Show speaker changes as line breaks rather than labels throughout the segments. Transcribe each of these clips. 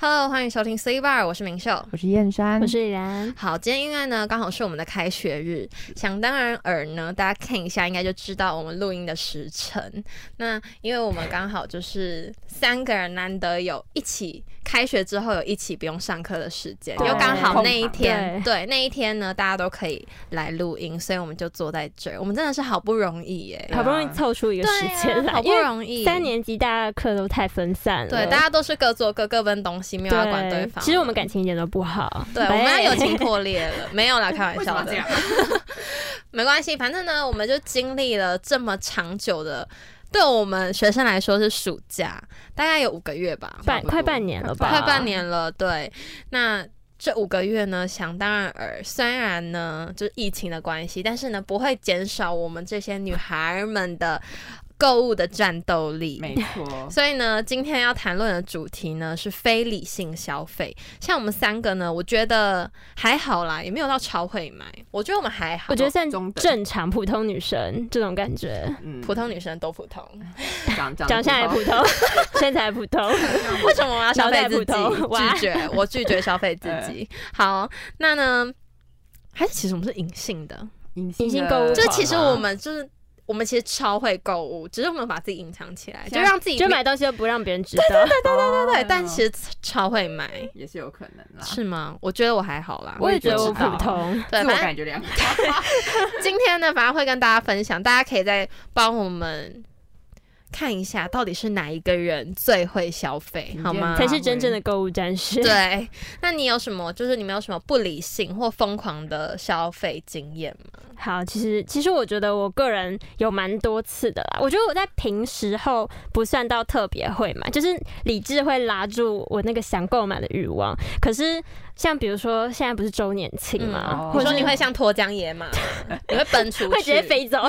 Hello，欢迎收听 C Bar，我是明秀。
我是燕山，
我是然，
好，今天因为呢刚好是我们的开学日，想当然尔呢，大家看一下应该就知道我们录音的时辰。那因为我们刚好就是三个人难得有一起开学之后有一起不用上课的时间，
对
又刚好那一天，
空
对那一天呢大家都可以来录音，所以我们就坐在这儿，我们真的是好不容易耶、
好不容易凑出一个时间
对啊
来，
好不
因为
容易，
三年级大家的课都太分散了，
对，大家都是各做各各分东西，没有要管对方。
其实我们感情一点都不好， 哎
对，我们要友 情破裂了，没有啦，开玩笑的，
样？
没关系，反正呢，我们就经历了这么长久的，对我们学生来说是暑假，大概有五个月吧，
半
差不多
快半年了吧，
快半。年了，对，那。这五个月呢，想当然尔，虽然呢就是疫情的关系，但是呢不会减少我们这些女孩们的购物的战斗力。
没 错，
所以呢，今天要谈论的主题呢是非理性消费。像我们三个呢，我觉得还好啦，也没有到超会买。我觉得我们还好，
我觉得算
中等
正常普通女生这种感觉，
嗯，
普通女生都普 通。
长长
长相也普通， 身材普通，
为什么我要消费自己？
脑袋不通 哇
拒绝，我拒绝消费自 己。好，那呢，还是其实我们是隐性的，
隐
隐性购物
就
狂
其实我们就是我们其实超会购物，只是我们把自己隐藏起来，
现
就
在
让自己
就买东西都不让别人知道。
对对
对，但其实超会买。
也是有可能啦，
哦是吗？我觉得我还好啦，
我也觉得
不
我
知道
普通，
对，反
自我
正
感觉良好，
今天呢，反正会跟大家分享，大家可以再帮我们看一下，到底是哪一个人最会消费，好吗
啊？
才是真正的购物战士。
对，那你有什么？就是你们有什么不理性或疯狂的消费经验吗？
好，其实其实我觉得我个人有蛮多次的啦。我觉得我在平时候不算到特别会买，就是理智会拉住我那个想购买的欲望。可是像比如说现在不是周年庆嘛，
嗯
我
或者
说
是
你会像脱缰野 马，你会奔哦出去，
会直接。飞走。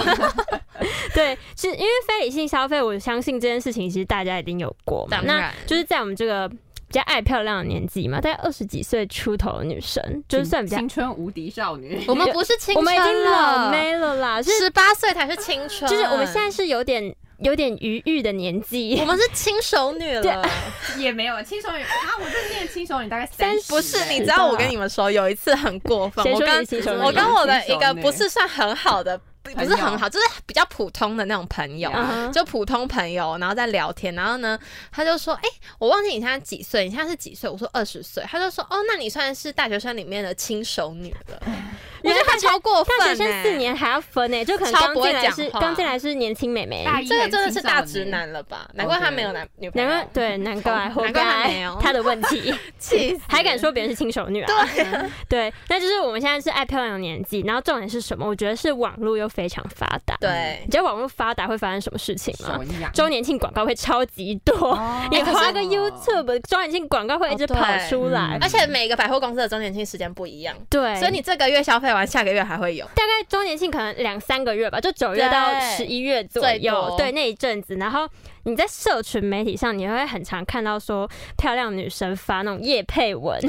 对，是因为非理性消费，我相信这件事情其实大家一定有过嘛。
当
那
然，
就是在我们这个。比较爱漂亮的年纪嘛，大概二十几岁出头的女生，就是算比较
青春无敌少女，
我们不是青春
我们已经老
了，
妹了啦，是
十八岁才是青春，
就是我们现在是有点有点余裕的年纪
我，们是轻熟女
对
了。
也没有青手女啊，我就念青手女大概
三
30
不是，你知
吧
道我跟你们说有一次很过分，
谁
我
说
跟
你新手
我
女
跟我的一
新
个
手女
不是算很好的，不不
朋
是
友
很好，就是比较普通的那种朋友。
嗯哼
就普通朋友，然后在聊天，然后呢，他就说：“哎、我忘记你现在几岁，你现在是几岁？”我说：“二十岁。”他就说：“哦，那你算是大学生里面的轻熟女了。” 我觉得他超过分、
大
欸，
学生四年还要分呢、就可能
超
刚
不会
进来是
讲话
刚进来是年轻美眉，
哎大一
这个真的是大
还青少
直
女，
男了吧？难怪他没有男女朋
哦难
友，
怪对难怪活
难怪他没
该
有
他的问题，
气死，
还敢说别人是轻熟女啊？ 对那就是我们现在是爱漂亮的年纪，然后重点是什么？我觉得是网络又非常发达，
对
你。知道网络发达会发生什么事情吗
手？痒，
周年庆广告会超级多，
哦
你划
哎
可
个
是
YouTube 周年庆广告会一直
哦对
跑出来
嗯，
而且每个百货公司的周年庆时间不一样，
对，
所以你这个月消费完，下个月还会有。
大概周年庆可能两三个月吧，就九月到十一月左
最
右
多，
对那一阵子。然后你在社群媒体上，你会很常看到说漂亮女生发那种夜 配文，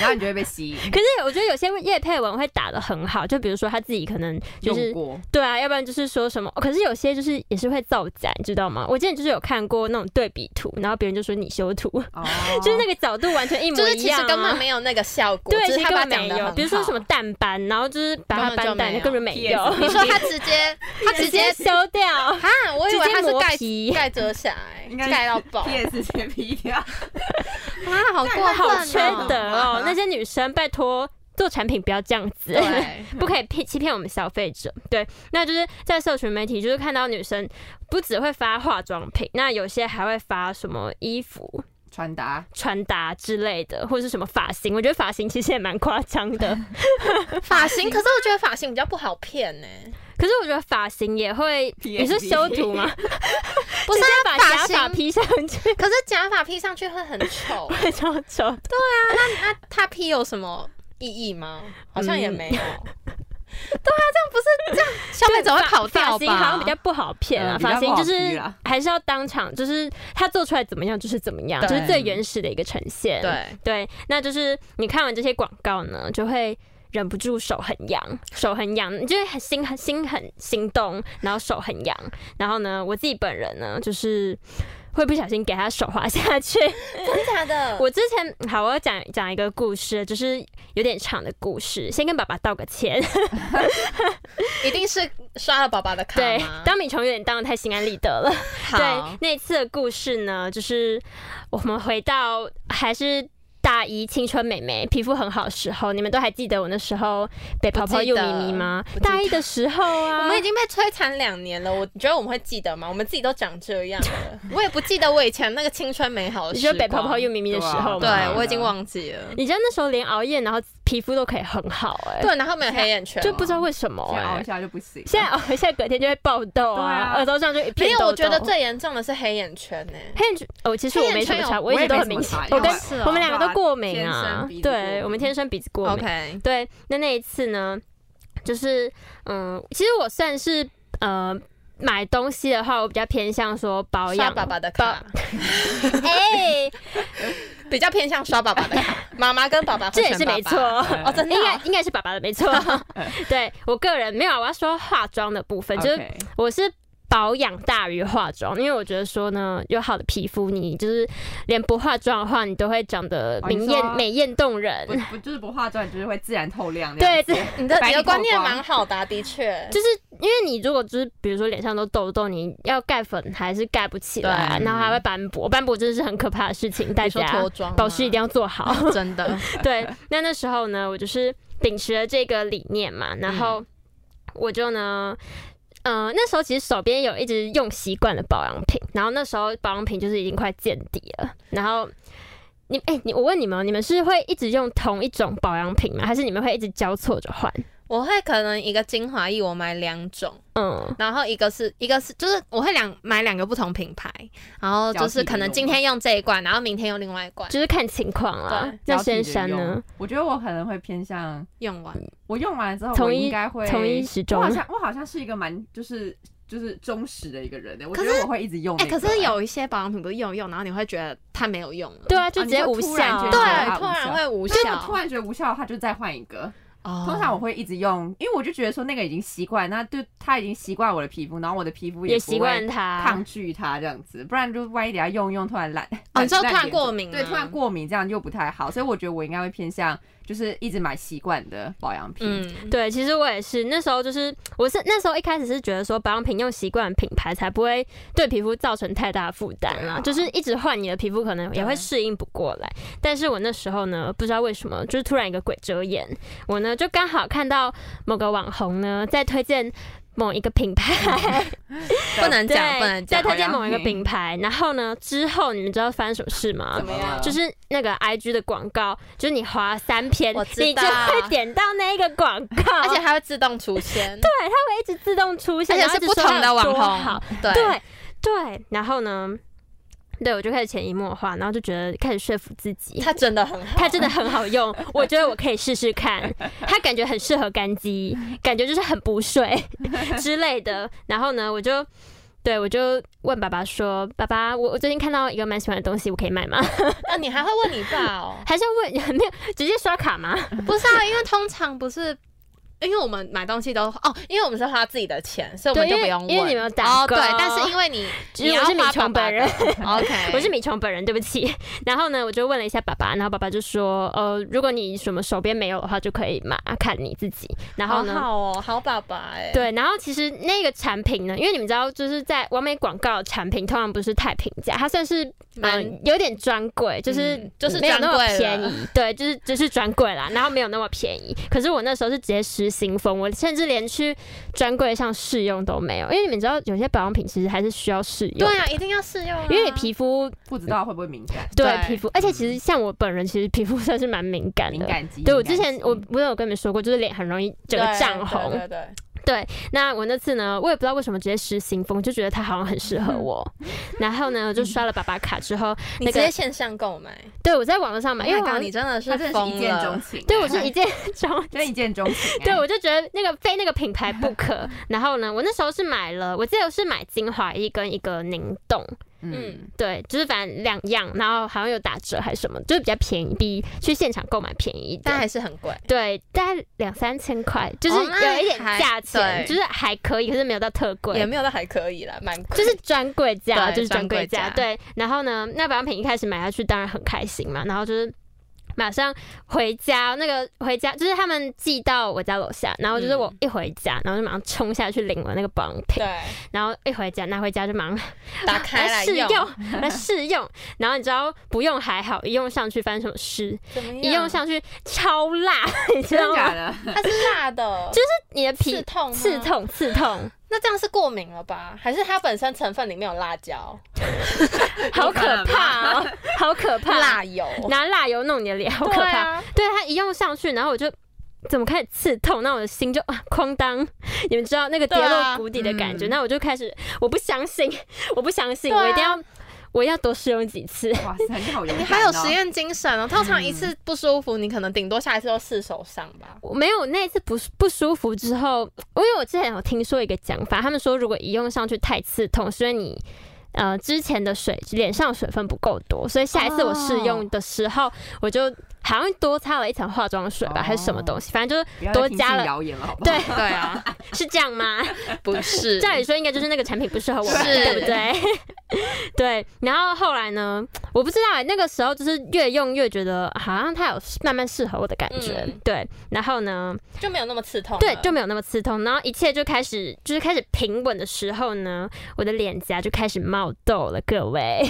然后你就会被吸引，
可是我觉得有些夜配文会打的很好，就比如说她自己可能就是
用过
对啊，要不然就是说什么，可是有些就是也是会造假，你知道吗？我之前就是有看过那种对比图，然后别人就说你修图，
哦，
就是那个角度完全一模
就是
一
其
样、
实
啊，
根本没有那个效果，
对，
只
其
是
实
他
根
把
本
它讲
没
的
有，比如说什么淡斑，然后就是把它
根本就
斑
没
淡，
有
那根本没有，
你说他直 接，他直
直
接。
接修 掉
啊，我以为他
直接
是
磨
盖
皮
盖遮瑕、欸，
应该
盖到爆
P S 全 P 掉，
啊，好过分、
好
哦，
缺德 哦！那些女生，拜托做产品不要这样子，
对，
不可以骗欺骗我们消费者。对，那就是在社群媒体，就是看到女生不只会发化妆品，那有些还会发什么衣服、
传达
穿搭之类的，或者是什么发型。我觉得发型其实也蛮夸张 的，
发型，可是我觉得发型比较不好骗呢、
可是我觉得发型也会，
PSP
你是修 图吗？
不是
直接
啊
把
发
假发
型
披上去
可是假发披上去会很丑，
会超丑。
那他披有什么意义吗？好像
嗯
也 没有。对啊，这样不是这样，消费者会跑掉
发型好像比较
吧？
不好骗啊，
嗯比较
发型
不好
就
批
是
啦
还是要当场，就是它做出来怎么样就是怎么样，
对
就是最原始的一个呈现。
对，
对，那就是你看完这些广告呢，就会忍不住手很痒，手很痒，就是很心很心很心动，然后手很痒。然后呢，我自己本人呢，就是会不小心给他手滑下 去。
真假的？
我之前好，我要讲讲一个故事，就是有点长的故事，先跟爸爸道个歉。
啊一定是刷了爸爸的卡
对
吗，
当米虫有点当的太心安理得了。对
好，，
那次的故事呢，就是我们回到还是。大一青春美眉，皮肤很好的时候，你们都还记得我那时候被泡泡又咪咪吗
不？记得
大一的时候啊，
我们已经被摧残两年了，我你觉得我们会记得吗？我们自己都长这样了，我也不记得我以前那个青春美好的
你
时
说
光。
北泡泡又咪咪的时候
对
吗？
嘛
我已经忘记了。
你知道那时候连熬夜，然后皮肤都可以很好、哎，
对，啊然后没有黑眼圈，
就不知道为什么、
先熬
哎
一，下就不行了。
现在熬 一下隔天就会爆痘
对啊
啊，耳朵上就一片
没有。
痘痘
我觉得最严重的是黑眼圈呢、
黑眼圈哦，其实我没什
黑
么
眼圈
差，
有
我一直都很明显。啊我跟
也没
是哦
我们两个都过敏
天
啊
生鼻，子过
对
敏
我们天生鼻子过敏。
OK，
对，那那一次呢，就是嗯，其实我算是呃买东西的话，我比较偏向说保
刷
养
爸爸的卡，
保 哎、
比较偏向刷爸爸的卡。妈妈跟爸爸会
这
选
也是 没
爸
错
爸。。嗯哦，真的
应
哦、
该应该是爸爸的没错， 对我个人没有，啊我要说化妆的部分，就是
是
我是保养大于化妆，因为我觉得说呢，有好的皮肤，你就是连不化妆的话，你都会长得
哦你
明
说
艳、美艳动人
不。不就是不化妆，你就是会自然透亮。
对，，这
你的你
白里
的
透
观念
光
蛮好的啊、的确。
就是因为你如果就是比如说脸上都痘痘，你要盖粉还是盖不起来，啊
对
然后还会斑驳，斑驳真的是很可怕的事情，大
你说
家
脱妆吗，
保湿一定要做好。
真的。
对，那那时候呢，我就是秉持了这个理念嘛，然
嗯
后我就呢。嗯、那时候其实手边有一直用习惯的保养品，然后那时候保养品就是已经快见底了。然后你哎、你我问你们哦，你们是会一直用同一种保养品吗？还是你们会一直交错着换？
我会可能一个精华液我买两种，
嗯，
然后一个是一个是就是我会两买两个不同品牌，然后就是可能今天用这一罐，然后明天用另外一罐，
就是看情况啦
对。
那
交替着
先生呢
用？？我觉得我可能会偏向，
用完
我用完了之后，
从
我
一
应该会
从一始终
我好像我好像是一个蛮就是就是忠实的一个人的，欸我觉
可是
得我会一直用
哎、
那个。欸
可是有一些保养品不是用一用，然后你会觉得它没有用了，
对啊，就直
你
接
说
无
突
效
然
啊。
间
对
就它，无
突然
效
会无效
对。我突然觉得无效的话，就再换一个。
哦
通常我会一直用，因为我就觉得说那个已经习惯，那就它已经习惯我的皮肤，然后我的皮肤
也
不会
习惯它
抗。拒它这样子，不然就万一等下用一用突然懒，
哦你说
懒
突然
懒
过敏
对，
吗
突然过敏这样就不太好，所以我觉得我应该会偏向就是一直买习惯的保养品。
嗯，
对，其实我也是，那时候就是我是那时候一开始是觉得说保养品用习惯的品牌才不会对皮肤造成太大的负担啦，
对啊
就是一直换你的皮肤可能也会
对
适应不过来。但是我那时候呢，不知道为什么，就是突然一个鬼遮眼，我呢就刚好看到某个网红呢在推荐某一个品牌，
不能
对
讲不能，讲，
在推荐某一个品牌，然后呢之后你们知道发生什么事吗？
怎么样
就是那个 I G 的广告，就是你划三篇，
我知道
你就会点到那一个广告，
而且
它
它会自动出现，
会一直自动出
而
现，
且
然后
是
一直
不同的网
说它有多好
红，对
对对，然后呢，对我就开始潜移默化，然后就觉得开始说服自己，
它真的很好，
它真的很好 用，我觉得我可以试试看。它感觉很适合干肌，感觉就是很 补水之类的。然后呢，我就对我就问爸爸说：“爸爸，我我最近看到一个蛮喜欢的东西，我可以买吗？”？
啊，你还会问你爸哦
还是问 没有直接刷卡吗？
不是啊，因为通常不是。因为我们买东西都哦，因为我们是花自己的钱，所以我们
对
就
因
不
为
用问。
因为你们有打
哦，
勾
对，但是因为 你
其
你
实
要
我是米
花爸
虫
爸
本人。
的，OK，
我是米虫本人，对不起。然后呢，我就问了一下爸爸，然后爸爸就说：“呃，如果你什么手边没有的话，就可以买，看你自己。”然后呢
好，好哦，好爸爸哎、，
对，然后其实那个产品呢，因为你们知道，就是在完美广告的产品通常不是太平价，它算是
蛮
嗯有点专柜，就是、
嗯就是
没有那么
专柜了
便宜，对，就是就是专柜啦，然后没有那么便宜。可是我那时候是直接失心疯，我甚至连去专柜上试用都没有，因为你们知道有些保养品其实还是需要试用，
对啊，一定要试用、啊，
因为你皮肤
不知道会不会敏感，
对
对
皮肤，而且其实像我本人其实皮肤 算是蛮 敏感
敏
的。
感肌。
对，我
敏感
之前
肌
我我有跟你们说过，就是脸很容易整个
对
涨红，
对对对，
那我那次呢，我也不知道为什么直接失心疯，就觉得它好像很适合我。然后呢，我就刷了爸爸卡之后，
你
那
直
个
接线上购买，
对我在网络上买，因为
Oh my
我
god，你真的
他
是
真的是
疯
一见钟
了，
情欸，
对我是一见钟
真的一
情。
见钟情欸。
对，我就觉得那个非那个品牌不可。然后呢，我那时候是买了，我记得我是买精华液跟一个凝冻，
嗯，
对，就是反正两样，然后好像有打折还是什么，就是比较便宜，比去现场购买便宜一
但
点。
还是很贵。
对，大概两三千块，就是
哦那
有一点
还
价钱，
对
就是还可以，可是没有到特贵，
也没有到还可以啦，蛮贵
就是专柜价，
对
就是专柜
专
价。
柜
对，然后呢，那保养品一开始买下去，当然很开心嘛。然后就是马上回家，那个回家就是他们寄到我家楼下，然后就是我
嗯
一回家，然后就马上冲下去领了那个保养品，
对，
然后一回家拿回家就马上
打开来
来试用， 来试用。然后你知道不用还好，一用上去发生什么事？
怎么样？
一用上去超辣， 你知
真
道
的假
吗？
的？
它是辣的，
就是你的
刺
皮
痛吗
刺。痛刺 痛，
那这样是过敏了吧？还是它本身成分里面有辣椒、
好
有可
可
能
怕哦，好可怕！
辣油？
拿 辣油弄你的脸，好可
对
怕。
啊！
对它一用上去，然后我就怎么开始刺痛，那我的心就啊哐当， 你们知道那个跌
对
落
啊
谷底的感觉，
嗯
那我就开始我不相信，我不相信，
对啊
我一定要我一定要多试用几次。
哇塞，你好勇敢、哦！
你还有实验精神哦。通常一次不舒服，你可能顶多下一次都试手上吧。
我没有那一次不不舒服之后，因为我之前有听说一个讲法，他们说如果一用上去太刺痛，是因为你。呃，之前的水脸上水分不够多，所以下一次我试用的时候我就好像多擦了一层化妆水吧
哦
还是什么东西，反正就是
不要再
多
听
加
信
了
谣言了，好不好？
对，
对啊，
是这样吗？
不 是
照理说应该就是那个产品不适合我吧，
是
对不对？ 对。然后后来呢，我不知道、欸、那个时候就是越用越觉得好像它有慢慢适合我的感觉，
嗯
对。然后呢，
就没有那么刺痛了。
对就没有那么刺痛，然后一切就开始就是开始平稳的时候呢，我的脸颊就开始冒痘了，各位。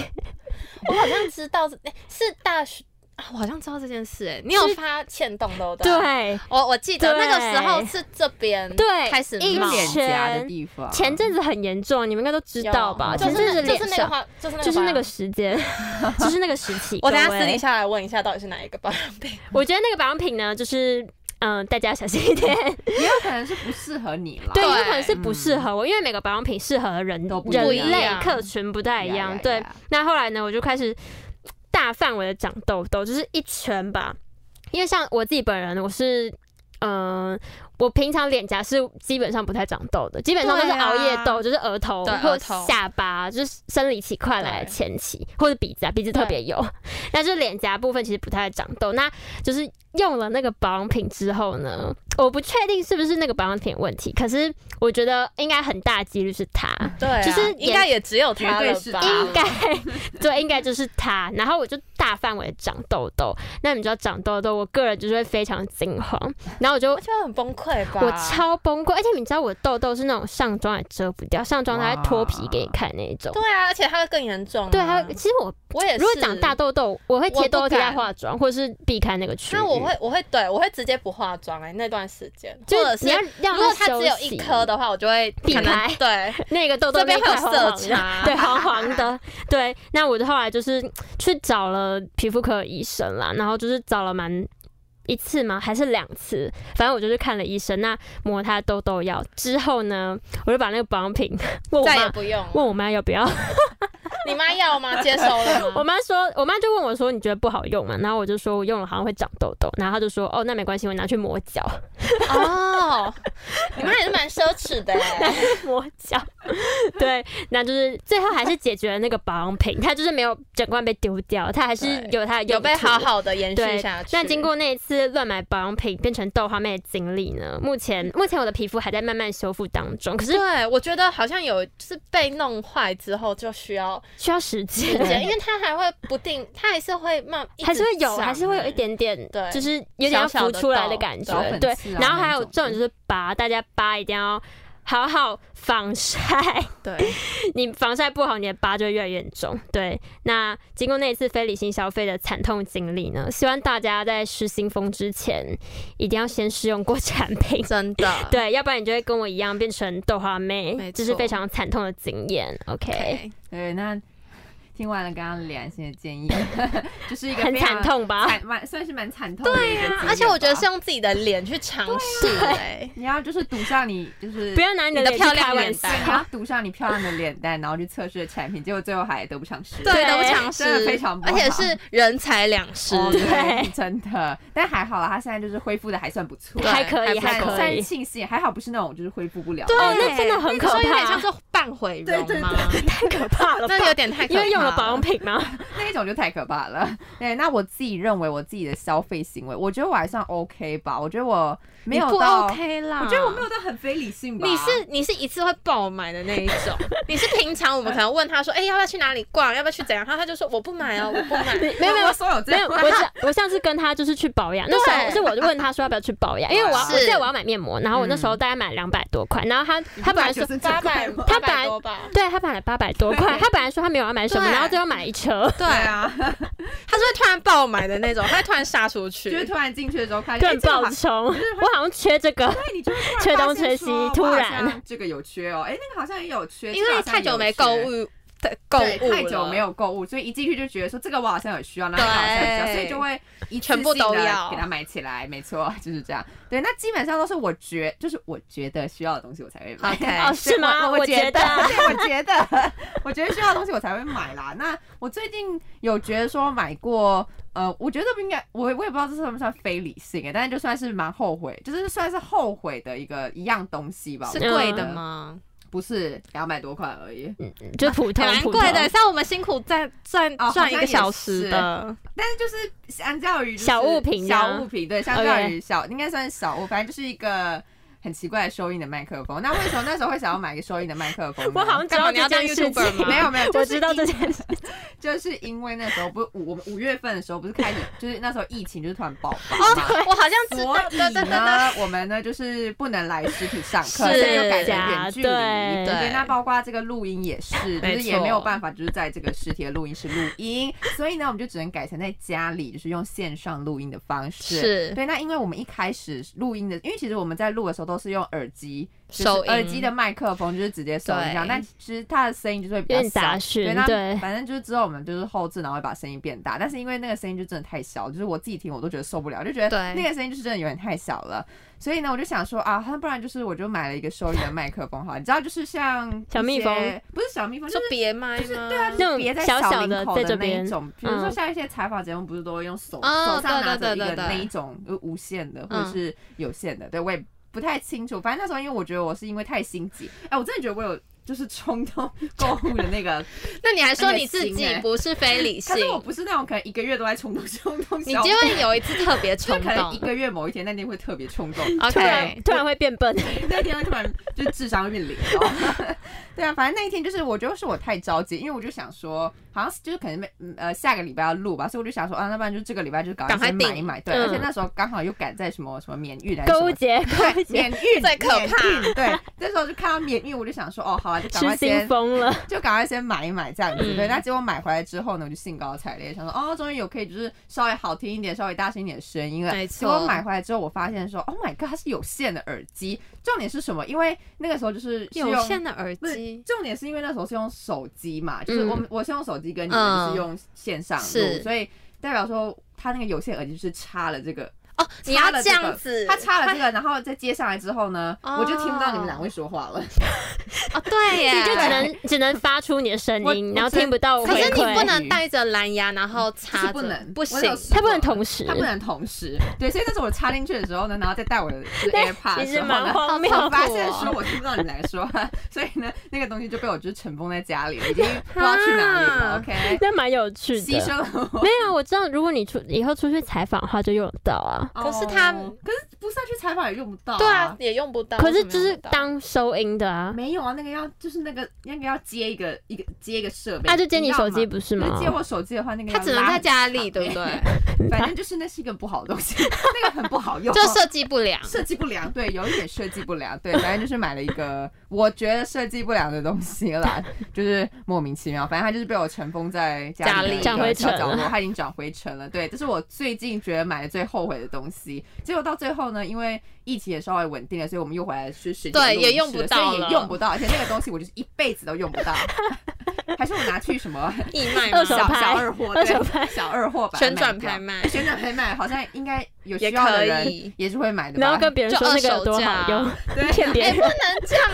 我好像知道，哎是大学啊，我好像知道这件事。哎，你有
是
发现动都的？，
对
我我记得
对
那个时候是这边
对，
嗯开始
一
冒
脸颊的
前
地方，
前阵子很严重，你们应该都知道吧？
有
前阵子
就
脸
是那就是那个
上。
话，就是那个
就是那
吧
个欸时 间，就是那个时期。
我等下
各位
私底下来问一下，到底是哪一个保养品？
我觉得那个保养品呢，就是嗯、呃大家小心一点。
也有可能是不适合你了。
对，
对嗯
有可能是不适合我，因为每个保养品适合的人
都不
人
一
类
样
客群不太一
呀
样。
呀
对
呀，
那后来呢，我就开始大范围的长痘痘，就是一圈吧。因为像我自己本人，我是嗯、呃我平常脸颊是基本上不太长痘的，基本上都是
对啊
熬夜痘，就是额头
对
或
额头
下巴，就是生理期快来的
对
前期，或者鼻子啊，鼻子特别油。 但是脸颊部分其实不太长痘，那就是用了那个保养品之后呢，我不确定是不是那个保养品有问题，可是我觉得应该很大几率是它。
对 啊，
就是
应该也只有
绝
它
对
了
是
吧？
它
应该 对，应该就是它。然后我就大范围长痘痘。那你知道长痘痘，我个人就是会非常惊慌，然后我就
我觉得很崩溃吧？
我超崩溃，而且你知道我痘痘是那种上妆也遮不掉，上妆它会脱皮给你看那一种。
对啊，而且它会更严重啊、
对，还有其实我
我也是。
如果长大，痘痘，我会贴
我不
痘痘贴在
敢
化妆，或者是避开那个区域。
那我会我会对我会直接不化妆哎、那段时间，
就
或者是
是你要让
如果
它
它
休
只有一
息
颗的话，我就会
避
可能
开
对，
那个痘痘
这边
那一块
会有
黄黄
色
的
差
对，黄黄的，对。那我就后来就是去找了皮肤科医生啦，然后就是找了蛮一次吗？还是两次？反正我就去看了医生。那抹他的痘痘药之后呢，我就把那个保养品 问我
再也嗯
妈，
不用了。
问我妈要不要。
你妈要吗？接收了
我
吗？
妈说，我妈就问我说，你觉得不好用吗？然后我就说我用了好像会长痘痘，然后她就说，哦，那没关系，我拿去磨 脚，
哦，你妈也是蛮奢侈的、 欸，
磨脚。对，那就是最后还是解决了那个保养品，它就是没有整罐被丢掉，它还是
对
有它的
有
用
被
途
好好的延续
对
下去。
那经过那一次乱买保养品变成豆花妹的经历呢，目前目前我的皮肤还在慢慢修复当中，可是
对，我觉得好像有就是被弄坏之后就需要
需要时
时间，
间，
因为它还会不定，它还是会慢，一直
还是会有，
长
还是会有一
欸
点点，
对
就是有点要
小小
浮
的
出来的
痘
感觉，
小粉
对
刺。啊
然后还有
那种
重点就是疤，大家疤一定要好好防晒。
欸对，
你防晒不好，你的疤就会越来越严重。对，那经过那一次非理性消费的惨痛经历呢，希望大家在失心疯之前，一定要先试用过产品。
真的
对，要不然你就会跟我一样变成豆花妹，
没
这是
错
非常惨痛的经验。OK，
OK
对，那听完了刚刚李安心的建议， 就是一个
很
非常
惨痛啊吧？
惨蛮算是蛮惨痛的一个经验吧。
啊
啊
而且我觉得是用自己的脸去尝试、欸，
你要就是赌上你就是
不要拿你的
你的
脸去
漂
开
亮
玩
脸
笑
蛋。
你要赌上你漂亮的脸蛋，然后去测试的产品，结果最后还得不偿失。
对
都不尝
真的
试，
非常不
而
好
且是人财两失。
哦，
对
对， 真的。但还好啦，他现在就是恢复的还算不错，
对
还可以，
还不
还
错
可
算
以。
庆幸，还好不是那种就是恢复不了。哎
对
哦那真的很可怕
有点像是半上毁容吗？
对对
太可怕了吧，
那有点太可
因
怕
为用了保养品吗？
那一种就太可怕了。 对，那我自己认为我自己的消费行为，我觉得我还算 OK 吧。我觉得我没有
你不
到
OK 啦。
啊
我觉得我没有到很非理性吧。
你是你是一次会爆买的那一 种，你是平常我们可能问他说，哎、要不要去哪里逛，要不要去怎样，他他就说我不买哦，我不 买。
没有没有
我说有这
没
样
有，我上我上次跟他就是去保养，那时候
对
是我就问他说要不要去保养，因为我要
是
我记得我要买面膜，然后我那时候大概买两百多块，然后他
嗯
他本 来说
你不买
八百
99块吗，
八
他本来
百多吧。
对他本来八百多 块，他本来说他没有要买什么，
对
然后最后买一 车，
对
对，啊，
他是会突然爆买的那种，他会突然杀出去。
就是突然进去的时候看，
更
哎这个
爆
好
冲，我好像缺这个。
对，你就会突然
缺东
发现
缺西
说
突
哇好
然
像这个有缺哦，哎，那个好像也有缺，
因
这个
为
好像
太久
有
没
缺
购物的购
对
物
太久
了
没有购物，所以一进去就觉得说这个我好像有需要，那个好像有需要，
对
所以就会一次
全部都
性地
要
给它买起来，没错，就是这样。对，那基本上都是我觉，就是我觉得需要的东西我才会买。
OK
哦，
对
是吗？
我
我觉得
对，我觉得， 我觉得需要的东西我才会买啦。那我最近有觉得说买过，呃，我觉得不应该，我我也不知道这算不算非理性欸诶、但是就算是蛮后悔，就是算是后悔的一个一样东西吧。
是
我觉
贵
得
的？吗？
不是，两百多块而已。
就普通，
蛮
普
贵哎的，
通
像我们辛苦赚赚
哦好
赚一
像
个
也哦
小时的，
但是就是相较于就是
小物品啊
小物品对，相较于小应该算是小物，反正就是一个很奇怪的收音的麦克风。那为什么那时候会想要买一个收音的麦克风呢？
我好像知
干嘛
道
你要
这
当
件事
YouTuber
情，
吗
没有没有，就
我
是
知道
因
这件事，
就是因为那时候不是五我们五月份的时候不是开始，就是那时候疫情就是突然爆发
哦
嘛。，
我好像知
所
道，对对对
以啊
对对，
呢，我们呢就是不能来实体上课，所
是
以就改成远距离。
对
啊对
那包括这个录音也是，就
没
是也
错
没有办法，就是在这个实体的录音室录音，所以呢，我们就只能改成在家里，就是用线上录音的方式。
是
对，那因为我们一开始录音的，因为其实我们在录的时候都是用耳机，就是
收音
耳机的麦克风就是直接收音这样，
对
但其实它的声音就是会比较
有点
小
杂讯
对，那
对
反正就是之后我们就是后置，然后会把声音变大，但是因为那个声音就真的太小，就是我自己听我都觉得受不了，就觉得
对
那个声音就是真的有点太小了，所以呢，我就想说啊，那不然就是我就买了一个收音的麦克风哈，你知道就是像
小
一
蜜
些
蜂，
不是小蜜蜂，就。
就是别卖
就是
吗？
对啊，就
那
是
种
别在
小小
领
的
口
在
的
这
那一
边
种，比如说
嗯
像一些采访节目，不是都会用手
哦
手上拿
对对
着一
对
个
对对
那一种呃无线的或
嗯
者是有线的，对我也不太清楚。反正那时候因为我觉得我是因为太心急，哎，我真的觉得我有就是冲 动购物的那个，
那你还说
那个
你自
心
己
欸
不是非理性
可，是我不是那种可能一个月都在冲动冲动
你
消
就
费，
会有一次特别
就
冲
可
哦
能一
动。
个月某一天那天会特别冲动，
突然
OK，
突然会变笨，
那天会突然就是智商会变零，然后对啊，反正那一天就是我觉得是我太着急，因为我就想说，好像是就是可能没嗯呃下个礼拜要录吧，所以我就想说啊，那不然就这个礼拜就赶
赶快
快先买
订
一买，对，
嗯
而且那时候刚好又赶在什么什么免运来
购物节，购物节。
免运
最可怕
免运 对，那时候就看到免运，我就想说哦，好啊，就赶
失
快
心
先
疯了，
就赶快先买一买这样子，
嗯
对。那结果买回来之后呢，我就兴高采烈，想说哦，终于有可以就是稍微好听一点、稍微大声一点的声音了。
没
结果
错
买回来之后，我发现说，Oh my god，它是有线的耳机。重点是什么？因为那个时候就是是
有
用
线的耳
不是
机，
重点是因为那时候是用手机嘛，就是我们、我是用手机跟你
嗯
们就是用线上录，
是
所以代表说它那个有线耳机是插了这个，
哦，你要
插了
这
这个
样子，
它插了这个，然后再接上来之后呢，
哦
我就听不到你们两位说话了。
哦，对耶，
你就只能只能发出你的声
我
音，
我
然后
真
听不到回
可是你不
馈，
能带着蓝牙，然后
就是
插
不
着
能，
不行
我，有试
它不
过
能同时，
它不能同时。对，所以那时候我插进去的时候呢，然后再戴我 的就是 AirPod 的
其实
时候
蛮
呢。
荒谬
好
我
痛
的。
发现说我听不到你们来说话， 所以呢，那个东西就被我就是尘封在家里了，已经 不知道去哪里了。
啊
OK，
那蛮有趣
牺牲
的。
了我。
没有，我知道，如果你出以后出去采访的话，就用得到啊。
可是它
哦可是不是要去采访也用不到、
对啊，，也用不到。
可
为
是
什么
就是
用不到
当收音的啊，
没有啊，那个要就是那个那个要接一个一个接一个设备，
那啊就接你手机
知
不是
道吗？？
吗
就是
啊
接我手机的话，那个
它只能在家里，对不
对？
对？
反正就是那是一个不好的东西， 那个很不 好用，
就设计不良，
设计不良，对，有一点设计不良，对，反正就是买了一个我觉得设计不良的东西啦，就是莫名其妙，反正它就是被我尘封在家里的一个
家
里长灰尘
小角落，
了
它已经长灰尘了，对，这是我最近觉得买的最后悔的东西。结果到最后呢，因为疫情也稍微稳定了，所以我们又回来去实体
对
录音室
也用不到
所以也
了
用不到，而且那个东西我就是一辈子都用不到。还是我拿去什么
义卖吗
二手
小
拍
小二货，
二手
对
拍
小二货把它
旋转
卖掉
拍卖，
旋转拍卖好像应该 有
也
需要的
可
人
以
也是会买的吧？
然后跟别人说那个有多好
就二
用
手，
对
骗别
哎、不
人。
能这样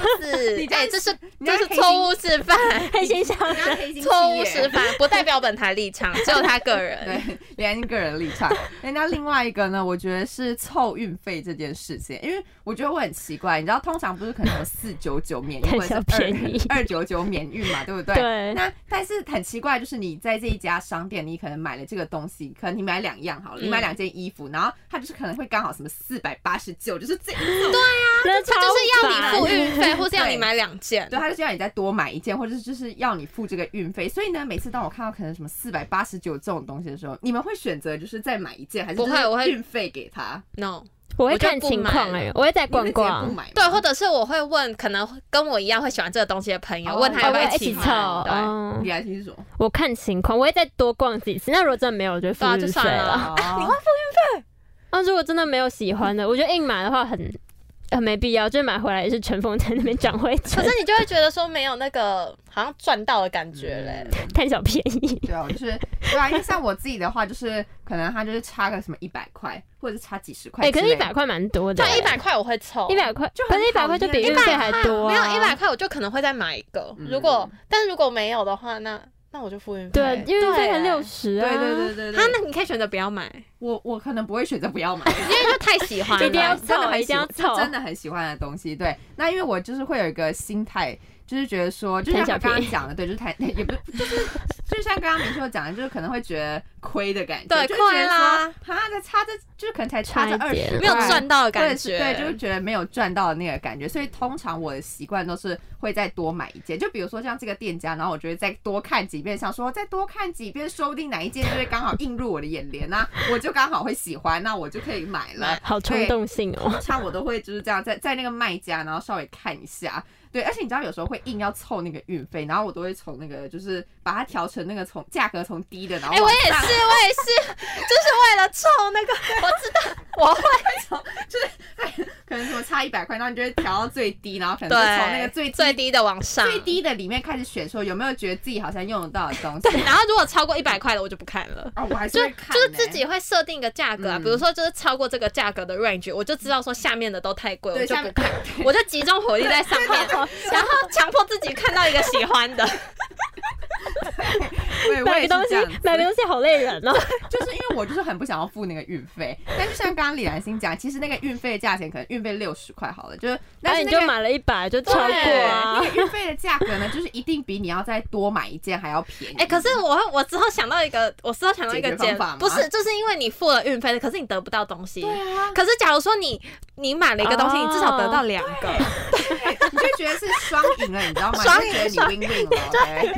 子，
你这
哎、
样
这是
你
这
要
是
黑心
错误示范，
黑心小
你要黑心
错误
企业
示 范，不代表本台立 场，只有他个人。
对， 连个人立场。人家另外一个呢，我觉得是凑运费这件事情，因为我觉得我很奇怪，你知道，通常不是可能四九九免运
贪
或者
小
是
便宜
二二九九免运嘛，对不对？
对
那但是很奇怪，就是你在这一家商店，你可能买了这个东西，可能你买两样好了，你买
嗯
两件衣服，然后它就是可能会刚好什么四百八十九，就是这
这
那
就是要你付
超烦
运费，或是要
对
你买两件
对，。他就是要你再多买一件，或者是就是要你付这个运费。所以呢，每次当我看到可能什么四百八十九这种东西的时候，你们会选择就是再买一件，还是
不会
就是
我会
运费给他？
No，
我
我
会
就
看
不
情
买
况
了
哎、我会再
你会直
逛
接
逛
不。买吗
对，或者是我会问，可能跟我一样会喜欢这个东西的朋友，
哦
问
哦
他要不
我
要
要一起
买
凑。
对，
哦
你，还听是什么？
我看情况，我会再多逛几次。那如果真的没有，我就付
对啊就
运费
算了
了。
你会
那如果真的没有喜欢的，我觉得硬买的话很很没必要，就买回来也是尘封在那边长灰
可
尘，
是你就会觉得说没有那个好像赚到的感觉嘞。
贪小便宜。
对啊，就是对啊，因为像我自己的话，就是可能他就是差个什么一百块，或者是差几十块
哎、
之类的。啊
可是一百块蛮多的、
赚
欸，
一百块我会凑，
一百块，
就
可
很
是一百块就比运费还多、
没
啊，
有一百块我就可能会再买一个。
嗯
如果但如果没有的话，那那我就付运费。
对，因为运费才
对
六十啊，
对对对对
他
对，
那你可以选择不要买，
我我可能不会选择不要买，
因为就太喜欢
一定 要
了。
哎真的
凑，
很
一定要
喜欢
凑
就，真的很喜欢的东西。对，那因为我就是会有一个心态，就是觉得说，就是
贪
像
小
他刚
便宜
刚讲的，对，就是贪， 也不是，就是就像刚刚明秀讲的，就是可能会觉得亏的感觉，
对
就会觉得
亏啦
说，哈，才差这，就是可能才差这
差
二
一点
十，
没有赚到的
对。
感觉，
对，就是觉得没有赚到的那个感觉，所以通常我的习惯都是会再多买一件，就比如说像这个店家，然后我就会再多看几遍，想说再多看几遍，说不定哪一件就会刚好映入我的眼帘那我就刚好会喜欢，那我就可以买了。
哎好冲动性哦、
通常我都会就是这样，在在那个卖家，然后稍微看一下。对，而且你知道有时候会硬要凑那个运费，然后我都会从那个就是把它调成那个从价格从低的，然后
哎、我
往
也是，
上
我也是， 就是为了凑那 个，我知道， 我会
可能什么差一百块，然后你就会调到最低，然后可能就从那个
对
最低
最低的往上，
最。低的里面开始选，说有没有觉得自己好像用得到的东西。
然后如果超过一百块的，我就不看了。
啊，我还是
就
会看、
就是自。己会设定一个价格啊，
嗯
比如说就是超过这个价格的 range，我就知道说下面的都太贵，我
对
就
下
不
面
看，我就集中火力在上 面， 然后强迫自己看到一个喜欢的。
对，我
买
也是
个东西
这样子，
买个东西好累人哦、
就是因为我就是很不想要付那个运费。但就像刚刚李兰心讲，其实那个运费的价钱可能运费六十块好了，就是
那
但
哎
是
哎
那
你就
个
买了一百就超过啊
对，那个运费的价格呢，就是一定比你要再多买一件还要便宜。
哎、可是我会我之后想到一个，我之后想到一个
解决
解
方法吗
不是，就是因为你付了运费，可是你得不到东西。
对啊，
可是假如说你你买了一个东西，你至少得到两个。
哦你就觉得是双赢了，你知道吗？
双
你
赢
就觉得你 win win 了。对，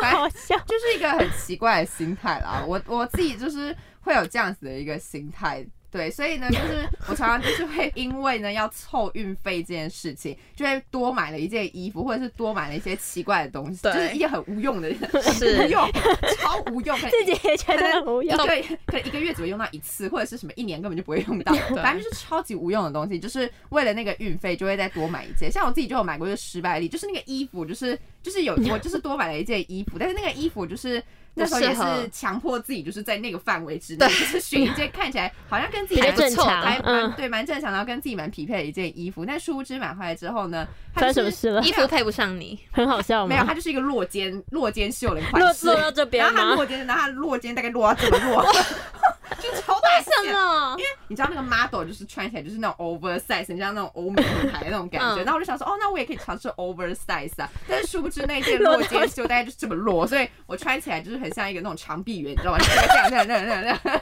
反正
好笑。
就是一个很奇怪的心态啦。我我自己就是会有这样子的一个心态。对，所以呢，就是我常常就是会因为呢要凑运费这件事情，就会多买了一件衣服，或者是多买了一些奇怪的东西，就
对
是一些很无用的，
是
无用，超无用，可能
自己也觉得很无
一
用
个，可能一个月只会用到一次，或者是什么一年根本就不会用到， 反正就是超级无用的东西，就是为了那个运费就会再多买一件。像我自己就有买过一个失败例，就是那个衣服，就是就是有我就是多买了一件衣服，但是那个衣服就是。那时候也
不适合
是强迫自己，就是在那个范围之内，就是选一件看起来好像跟自己
比较
蛮不
正
错
常
还蛮
嗯
对蛮正常，然后跟自己蛮匹配的一件衣服。但殊不知买回来之后呢，它
发生
就是
什么事了？
衣服配不上你，
很好笑
没有，
吗？
它就是一个落肩落肩袖的款
哦落
式，
落到这边
然后它
吗？
落肩，然后它落肩大概落到这么落， 就超大件。
么？
你知道那个 model 就是穿起来就是那种 oversize，很像那种欧美品牌那种感觉。
嗯
然后我就想说，哦，那我也可以尝试 oversize 啊。但是殊不知那一 件落肩袖大概就是这么落，所以我穿起来就是很像一个那种长臂猿，你知道吗？ 就是这样这样这样这样这样，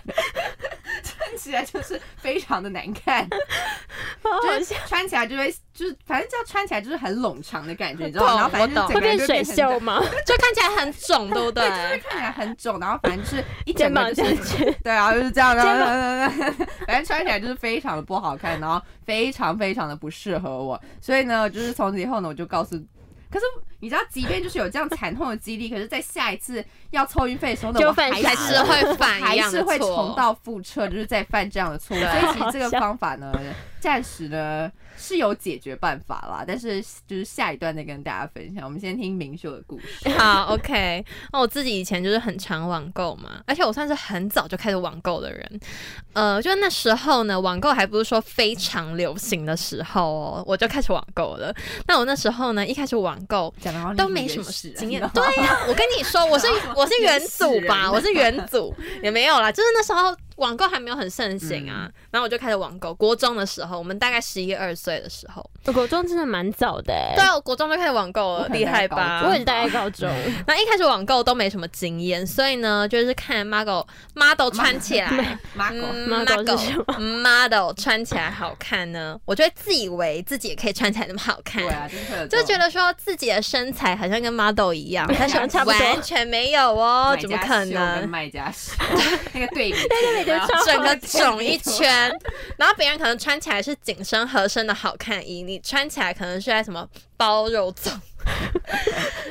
穿起来就是非常的难看，
好
就
好
是
笑，
穿起来就会就是反正这样穿起来就是很冗长的感觉，你知道
我
吗？
懂
然
我
后反正就是整
会
个人
变
就
水
变成这样
袖吗？
就看起来很肿，对不 对？
看起来很肿，然后反正就是一整
肩
个
膀
就
下
是
去，
对啊，就是这样，然后
肩
然后 反正穿起来就是非常的不好看，然后非常非常的不适合我，所以呢，就是从此以后呢，我就告诉，可是你知道，即便就是有这样惨痛的激励，可是，在下一次要凑运费的时候呢，
就
我
反
还
还
是
是会犯一
还
样
是
的
会重
错。
蹈覆辙，就是再犯这样的 错误。
对
所以其实这个
好笑
方法呢，暂时呢是有解决办法啦，但是就是下一段再跟大家分享。我们先听明秀的 故事。
好，OK。那我自己以前就是很常网购嘛，而且我算是很早就开始网购的人。呃，就那时候呢，网购还不是说非常流行的时候哦，我就开始网购了。那我那时候呢，一开始网购
讲的好像
都没
哦你是
什么
原始人
经验
哦。
对呀、我跟你说， 我是我是元祖
原始
吧，
人啊
我是元 祖，也没有啦，就是那时候网购还没有很盛行
嗯
啊，然后我就开始网购。国中的时候，我们大概十一二岁的时候，
国中真的蛮早的、欸，
对啊啊，我国中就开始网购
哦我
了，
可能
厉害
大概高
吧？
中
我也是大概高中，
那一开始网购都没什么经验，所以呢，就是看 model model 穿起 来
Marco，
嗯
妈狗是什么？
model 穿起来好看呢，我就会自以为自己也可以穿起来那么好看
对。啊，就是会有
就
这种
觉得说自己的身材好像跟 model 一 样，但是
差不多
完全没有哦，
买
怎么
家
可
秀跟
能？
卖家秀 那个对比，那
对对超
整个肿一圈， 然后别人可能穿起来是紧身合身的好看衣，你穿起来可能是在什么包肉 粽，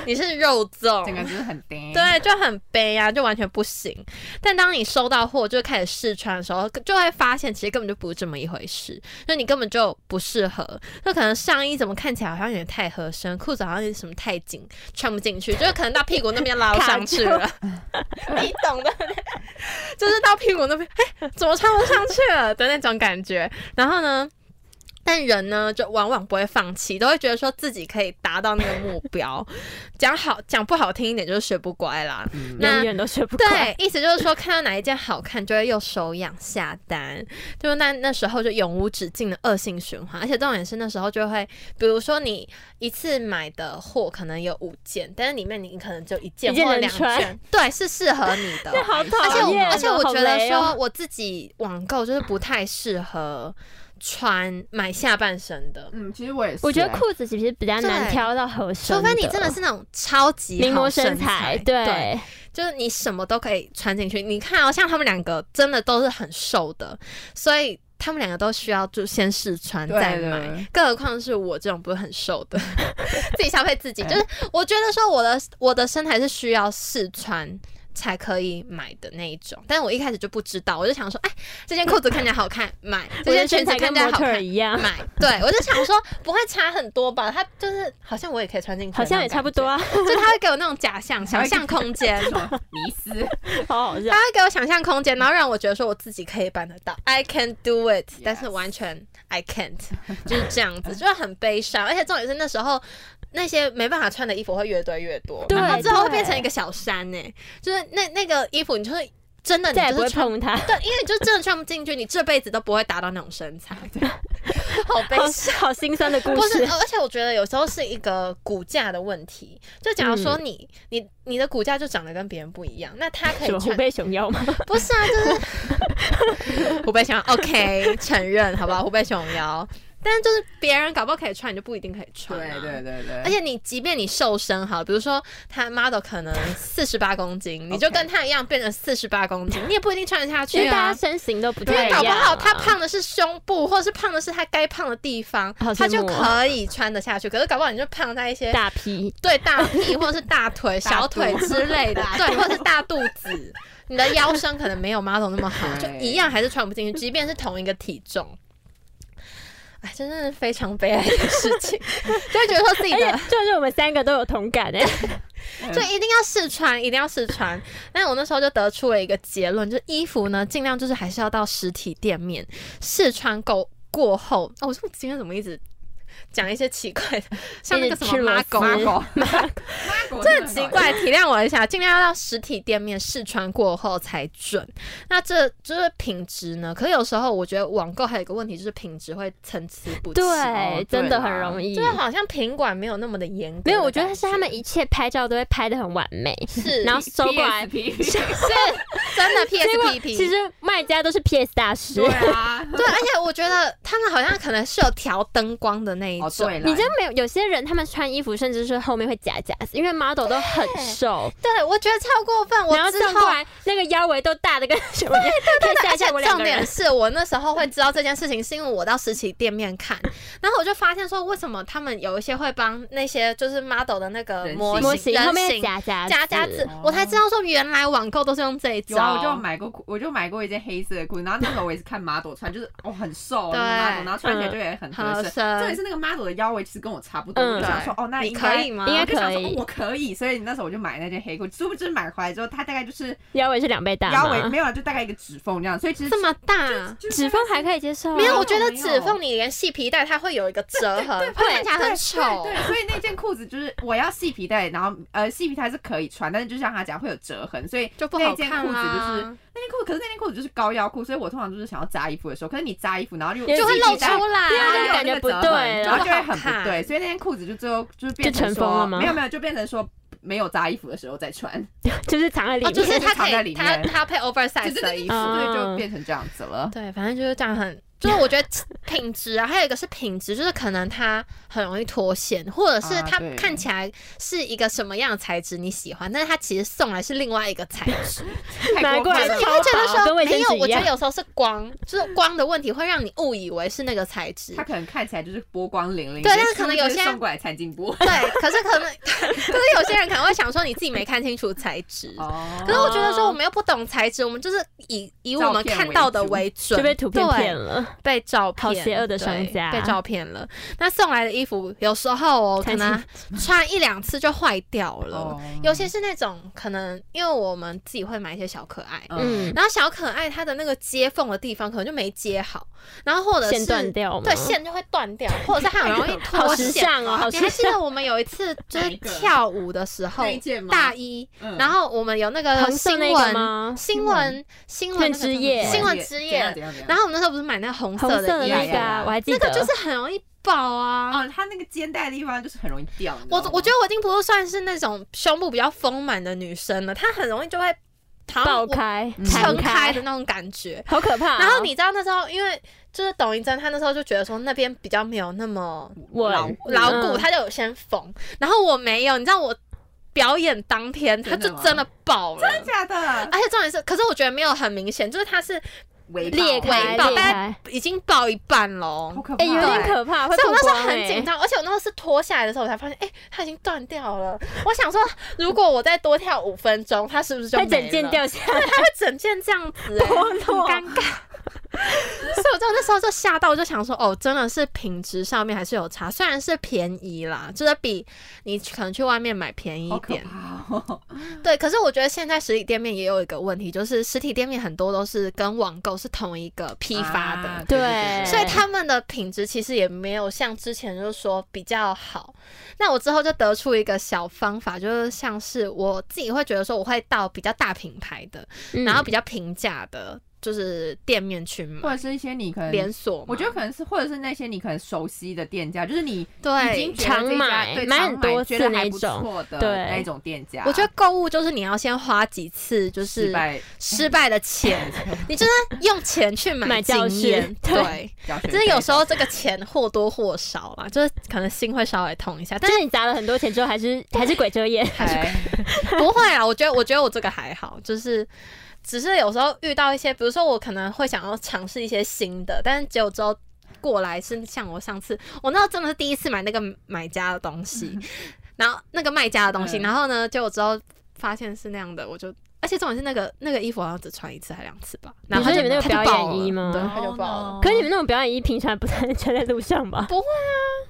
你是肉粽，
整个就是很呆。
对，就很悲啊，就完全不行。但当你收到货，就开始试穿的时候，就会发现其实根本就不是这么一回事，就你根本就不适合。就可能上衣怎么看起来好像有点太合身，裤子好像有什么太紧，穿不进去，就是可能到屁股那边捞上去了， 你懂的，就是到屁股那边，哎，怎么穿不上去了的那种感觉。然后呢？但人呢，就往往不会放弃，都会觉得说自己可以达到那个目标。 讲好讲不好听一点，就是学不乖啦。
嗯，
那
永远都学不乖。
对，意思就是说，看到哪一件好看，就会又手痒下单，就那那时候就永无止境的恶性循环。而且重点是那时候就会，比如说你一次买的货可能有五件，但是里面你可能就一件
一件
或
能
两
穿
件，对，是适合你 的。
这好
而且
讨
我
厌哦，
而且我
好
觉得
雷哦
说，我自己网购就是不太适合穿买下半身的，
嗯，其实我也是欸，
我觉得裤子其实比较难
对
挑到合身，
除非你真的是那种超级
名模
好
身
材，
对。
就是你什么都可以穿进去。你看哦，像他们两个真的都是很瘦的，所以他们两个都需要就先试穿
对
再
对
买。
对
更何况是我这种不是很瘦 的，自己消费自己。就是我觉得说我的我的身材是需要试穿。才可以买的那一种，但我一开始就不知道，我就想说，哎，这件裤子看起来好看，买；这
我
件
的
裙
身
子
材
看
跟
起来
模
好
特儿
看，
一样，
买。对我就想说，不会差很多吧？它就是好像我也可以穿进去，
好像也差不多，啊，
就它会给我那种假 象、想象空间。
这种迷 思，
好好笑
他。会给我想象空间，然后让我觉得说我自己可以办得到，I can do it，
Yes
但是完全 I can't，就是这样子，就是很悲伤。而且重点是那时候那些没办法穿的衣服会越堆越多，
对
然后之后会
对
变成一个小山呢、就是那那个衣服，你就是真的你
再也不
就
会
是穿。
碰它，
对，因为你就真的穿不进去，你这辈子都不会达到那种身材，好悲
好
伤。
好心酸的故
不是，哦
事。
而且我觉得有时候是一个骨架的问题。就假如
嗯
说你、你你的骨架就长得跟别人不一样，那他可以
什么虎
穿
背熊腰吗？
不是啊，就是 虎背熊腰，OK，承认好不好？虎背熊腰，但是就是别人搞不好可以穿，你就不一定可以穿、啊
对对。对对，
而且你即便你瘦身好了，比如说他 model 可能四十八公斤，你就
OK
跟他一样变成四十八公 斤，你也不一定穿得下
因
去
为大
啊
家。身形都不
因
太
为
一
搞
样
不
啊。
好他胖的是胸部，或者是胖的是他该胖的地方
好，
他
羡
就
慕哦
可以穿得下去。可是搞不好你就胖在一些
大批，
对大屁或者是大腿、
大
小腿
肚
之类的，
大
对，或者是大肚子，你的腰身可能没有 model 那么好，就
对
一样还是穿不进去，即便是同一个体重。哎，真的是非常悲哀的事情， 就会觉得说自己
而且
的
就是我们三个都有同感 哎，
嗯
就一定要试穿，一定要试穿。但我那时候就得出了一个结论，就是衣服呢，尽量就是还是要到实体店面试穿够过后。哦，我说我今天怎么一直讲一些奇怪的，像那个什
一直吃
么
螺
妈
丝
狗
妈狗，
这很奇 怪，体谅我一下，尽量要到实体店面试穿过后才准。那这就是品质呢？可是有时候我觉得网购还有一个问题，就是品质会参差不齐。
对，真的很容易
就。是好像品管没有那么的严格的感。
没有，我觉得是 他们一切拍照都会拍的很完美，
是，
然后
，PSP，
收过来。
是
是真的
结果
PSPP。
其实卖家都是 PS 大师
对，啊，
对，而且我觉得他们好像可能是有调灯光的那一
哦，
种。
对了，
你知道没有？有些人他们穿衣服甚至是后面会夹夹子，因为 model 都很瘦，
对，我觉得超过分。我
然后
之
正
后
过来那个腰围都大的跟什么一样？可
对
以吓
而
一
且
下我两
重
个
点
人。
是我那时候会知道这件事情，是因为我到实体店面看，然后我就发现说，为什么他们有一些会帮那些就是 model 的那个
人形
模
模
型
型
人
后面
形
夹夹
加加字，我才知道说原来网购都是用这一
哦有啊，我
招。
就买过裤，我就买过一件黑色的裤子，然后那时候我也是看 model 穿，就是哦很瘦
对嗯
那个 model，然后穿起来就也很
好
合身。重
深，
点是那个 model 的腰围其实跟我差不多，
呃嗯
我就想说哦那
你
应
可
该
以吗？
应该
我就想说、
可以
哦我可以，所以那时候我就买那件黑裤，殊不知买回来之后，它大概就是
腰围是两倍大
腰围
吗？
没有了，啊就大概一个指缝这样，所以其实
这么大。
就是
指缝还可以接受啊，
没有，
哦
我觉得
没有
指缝你连细皮带它会有一个折痕，会看
对
起来很丑
对。对，所以那件裤子就是我要细皮带，然后呃细皮带是可以穿，但是就像他讲会有折痕，所以
就不
那
好
件
看啊
裤子就是
啦，
那件裤，可是那件裤子就是高腰裤，所以我通常就是想要扎衣服的时候，可是你扎衣服，然后就
有
就会
细
露出
皮带
来，
对啊就
有
感觉
那个折
不对
痕然
了
后就会很
就不好看
不对，所以那件裤子就最后就是变
就尘
说
封了吗
没有没有，就变成说没有扎衣服的时候 再穿，
就是藏在里
哦，
面。
就是
就是
它
藏在
可以，
里
它
面
它配
对
oversize 的
对对
衣
对，
服。
所以
嗯
就变成这样 子了。
对，反正就是这样很， 就是我觉得品质啊，还有一个是品质，就是可能它很容易脱线，或者是
啊
它
对
看起来是一个什么样的材质你喜欢，但是它其实送来是另外一个材 质，
拿
泰
过
国
来
卖
就是
的
你会觉得
超薄跟
说
卫
没
生
有，
纸
我觉
一样
得有时候是光，就是光的问题会让你误以为是那个材质
它。可能看起来就是波光粼粼，
对但是可能有些
就是送过来餐 巾布。
对，可是可能， 可是有些人可能会想说你自己没看清楚材质。
哦
可是我觉得说我们又不懂材质，我们就是以以我们
照片
看
为
到的
主
为准，
就被图片
对
骗了，
被照片，
好邪恶的商
对
家
被照片了。那送来的衣服有时候哦，可
才
能穿一两次就坏掉了，
哦
尤其是那种可能因为我们自己会买一些小可爱。
嗯，
然后小可爱它的那个接缝的地方可能就没接好，然后或者
线
是
断掉吗？
对线就会断掉，或者是它很容易
好
脱
时
线。
尚哦，好
你
时
还记
尚。
得我们有一次就
哪
是
一个
跳舞的时候
那一，件吗
大一，
嗯
然后我们有那个
红色
新
那个
闻，
吗？嗯
新闻，新闻那个
之
叫什么
夜
新闻之夜，然后
后
我们那时候不是买那个红
红
色
色
的
的
衣
那
服，
个啊，我还记
那
得，
个就是很容易爆啊！
哦，它那个肩带的地方就是很容易掉。你知
我
道吗
我觉得我已经不算是那种胸部比较丰满的女生了，她很容易就会好像
爆
我
嗯开、
撑
弹
开 的，那种感觉。
好可怕哦。
然后你知道那时候，因为就是董一真，她那时候就觉得说那边比较没有那么
我
老
牢固，
嗯
她就有先缝，然后我没有，你知道我表演当天她
真
就
的吗
真的爆了，
真的假的
而且重点是，可是我觉得没有很明显，就是它是
围
裂
抱
开，
围抱
裂
但
开，
已经爆一半喽
好。可怕
哎，
哦，
有点
对
可怕，会
所以我那时候
曝光
很
哎
紧张，而且我那时候是脱下来的时候，我才发现，哎、它已经断掉了。我想说，如果我再多跳五分钟，它是不是就
它
没
整件
了？
掉下 来，
它会整件这样子、哎
脱
很
落
尴 尬。所以我就那时候就吓到，我就想说，哦，真的是品质上面还是有差，虽然是便宜啦，就是比你可能去外面买便宜一
好可
点，
怕哦。
对。可是我觉得现在实体店面也有一个问题，就是实体店面很多都是跟网购是同一个批发的，
啊
对
所以他们的品质其实也没有像之前就是说比较好。那我之后就得出一个小方法，就是像是我自己会觉得说，我会到比较大品牌的，
嗯
然后比较平价的，就是店面去
或
买
者是一些你可能
连。锁嘛。
我觉得可能是，或者是那些你可能熟悉的店家，就是你已
对
经觉得这
常
一
买
家对
买
常
很多
觉
次
得
那
还
一
不
种
错的
对
那一种店家，
我觉得购物就是你要先花几次，就
失
是
败
失败的 钱，你就是用钱去买
买教
经
训
验，
对
对。
教学
就是有
费
时候这个钱或多或少啦，就是可能心会稍微痛一下，但哦
就是你砸了很多钱之后，还是还是鬼遮眼，
哎
不会啊，我觉得我觉得我这个还好，就是只是有时候遇到一些，比如说我可能会想要尝试一些新的，但是结果之后过来是像我上次，我那时候真的是第一次买那个买家的东 西，然后那个卖家的东西，
嗯
然后呢，结果之后发现是那样的，我就。而且重点是那个那个衣服好像只穿一次还两次吧，然后它
你
就
说你们那个
它就
表
爆
演衣
了
吗
对，它就爆了。
哦
可是你们那种表演衣平常不太 穿在路上吧？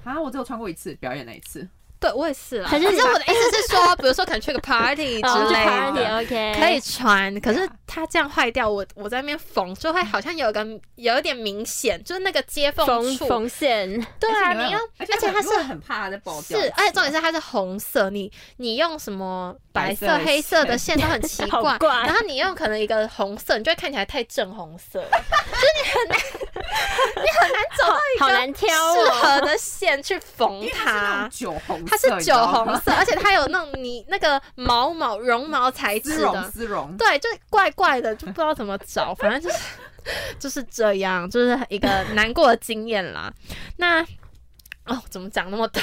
啊，我只有穿过一次表演那一次，
对我也是啦。
还是
可
你
是
把
我的意思是说，比如说可能去个 party 之
哦，就
类的，
party OK，
可以穿，可是
啊
它这样坏掉，我我在那边缝就会好像有一个有一点明显，就是那个接缝
缝
处。
缝线，
对啊，
而且
你要
会而且
而且它
很
是
如果很怕它在爆
是
掉，，
而且重点是它是红色，你你用什么白色、
白色
黑色的线都很奇
好
怪，
怪
然后你用可能一个红色，你就会看起来太正红 色了，就是你很难你很难
好
找到
难
一
挑
个适
哦。
合的线去缝
因为它是那
它
种。啊酒红
它
色，
是
你知
酒
道
红
吗
色，而且它有那种你那个毛毛绒毛材
丝
质的
绒，丝绒，
对，就是怪怪的，就不知道怎么找，反正就是 就是这样，就是一个难过的经验啦。那哦，怎么长那么多？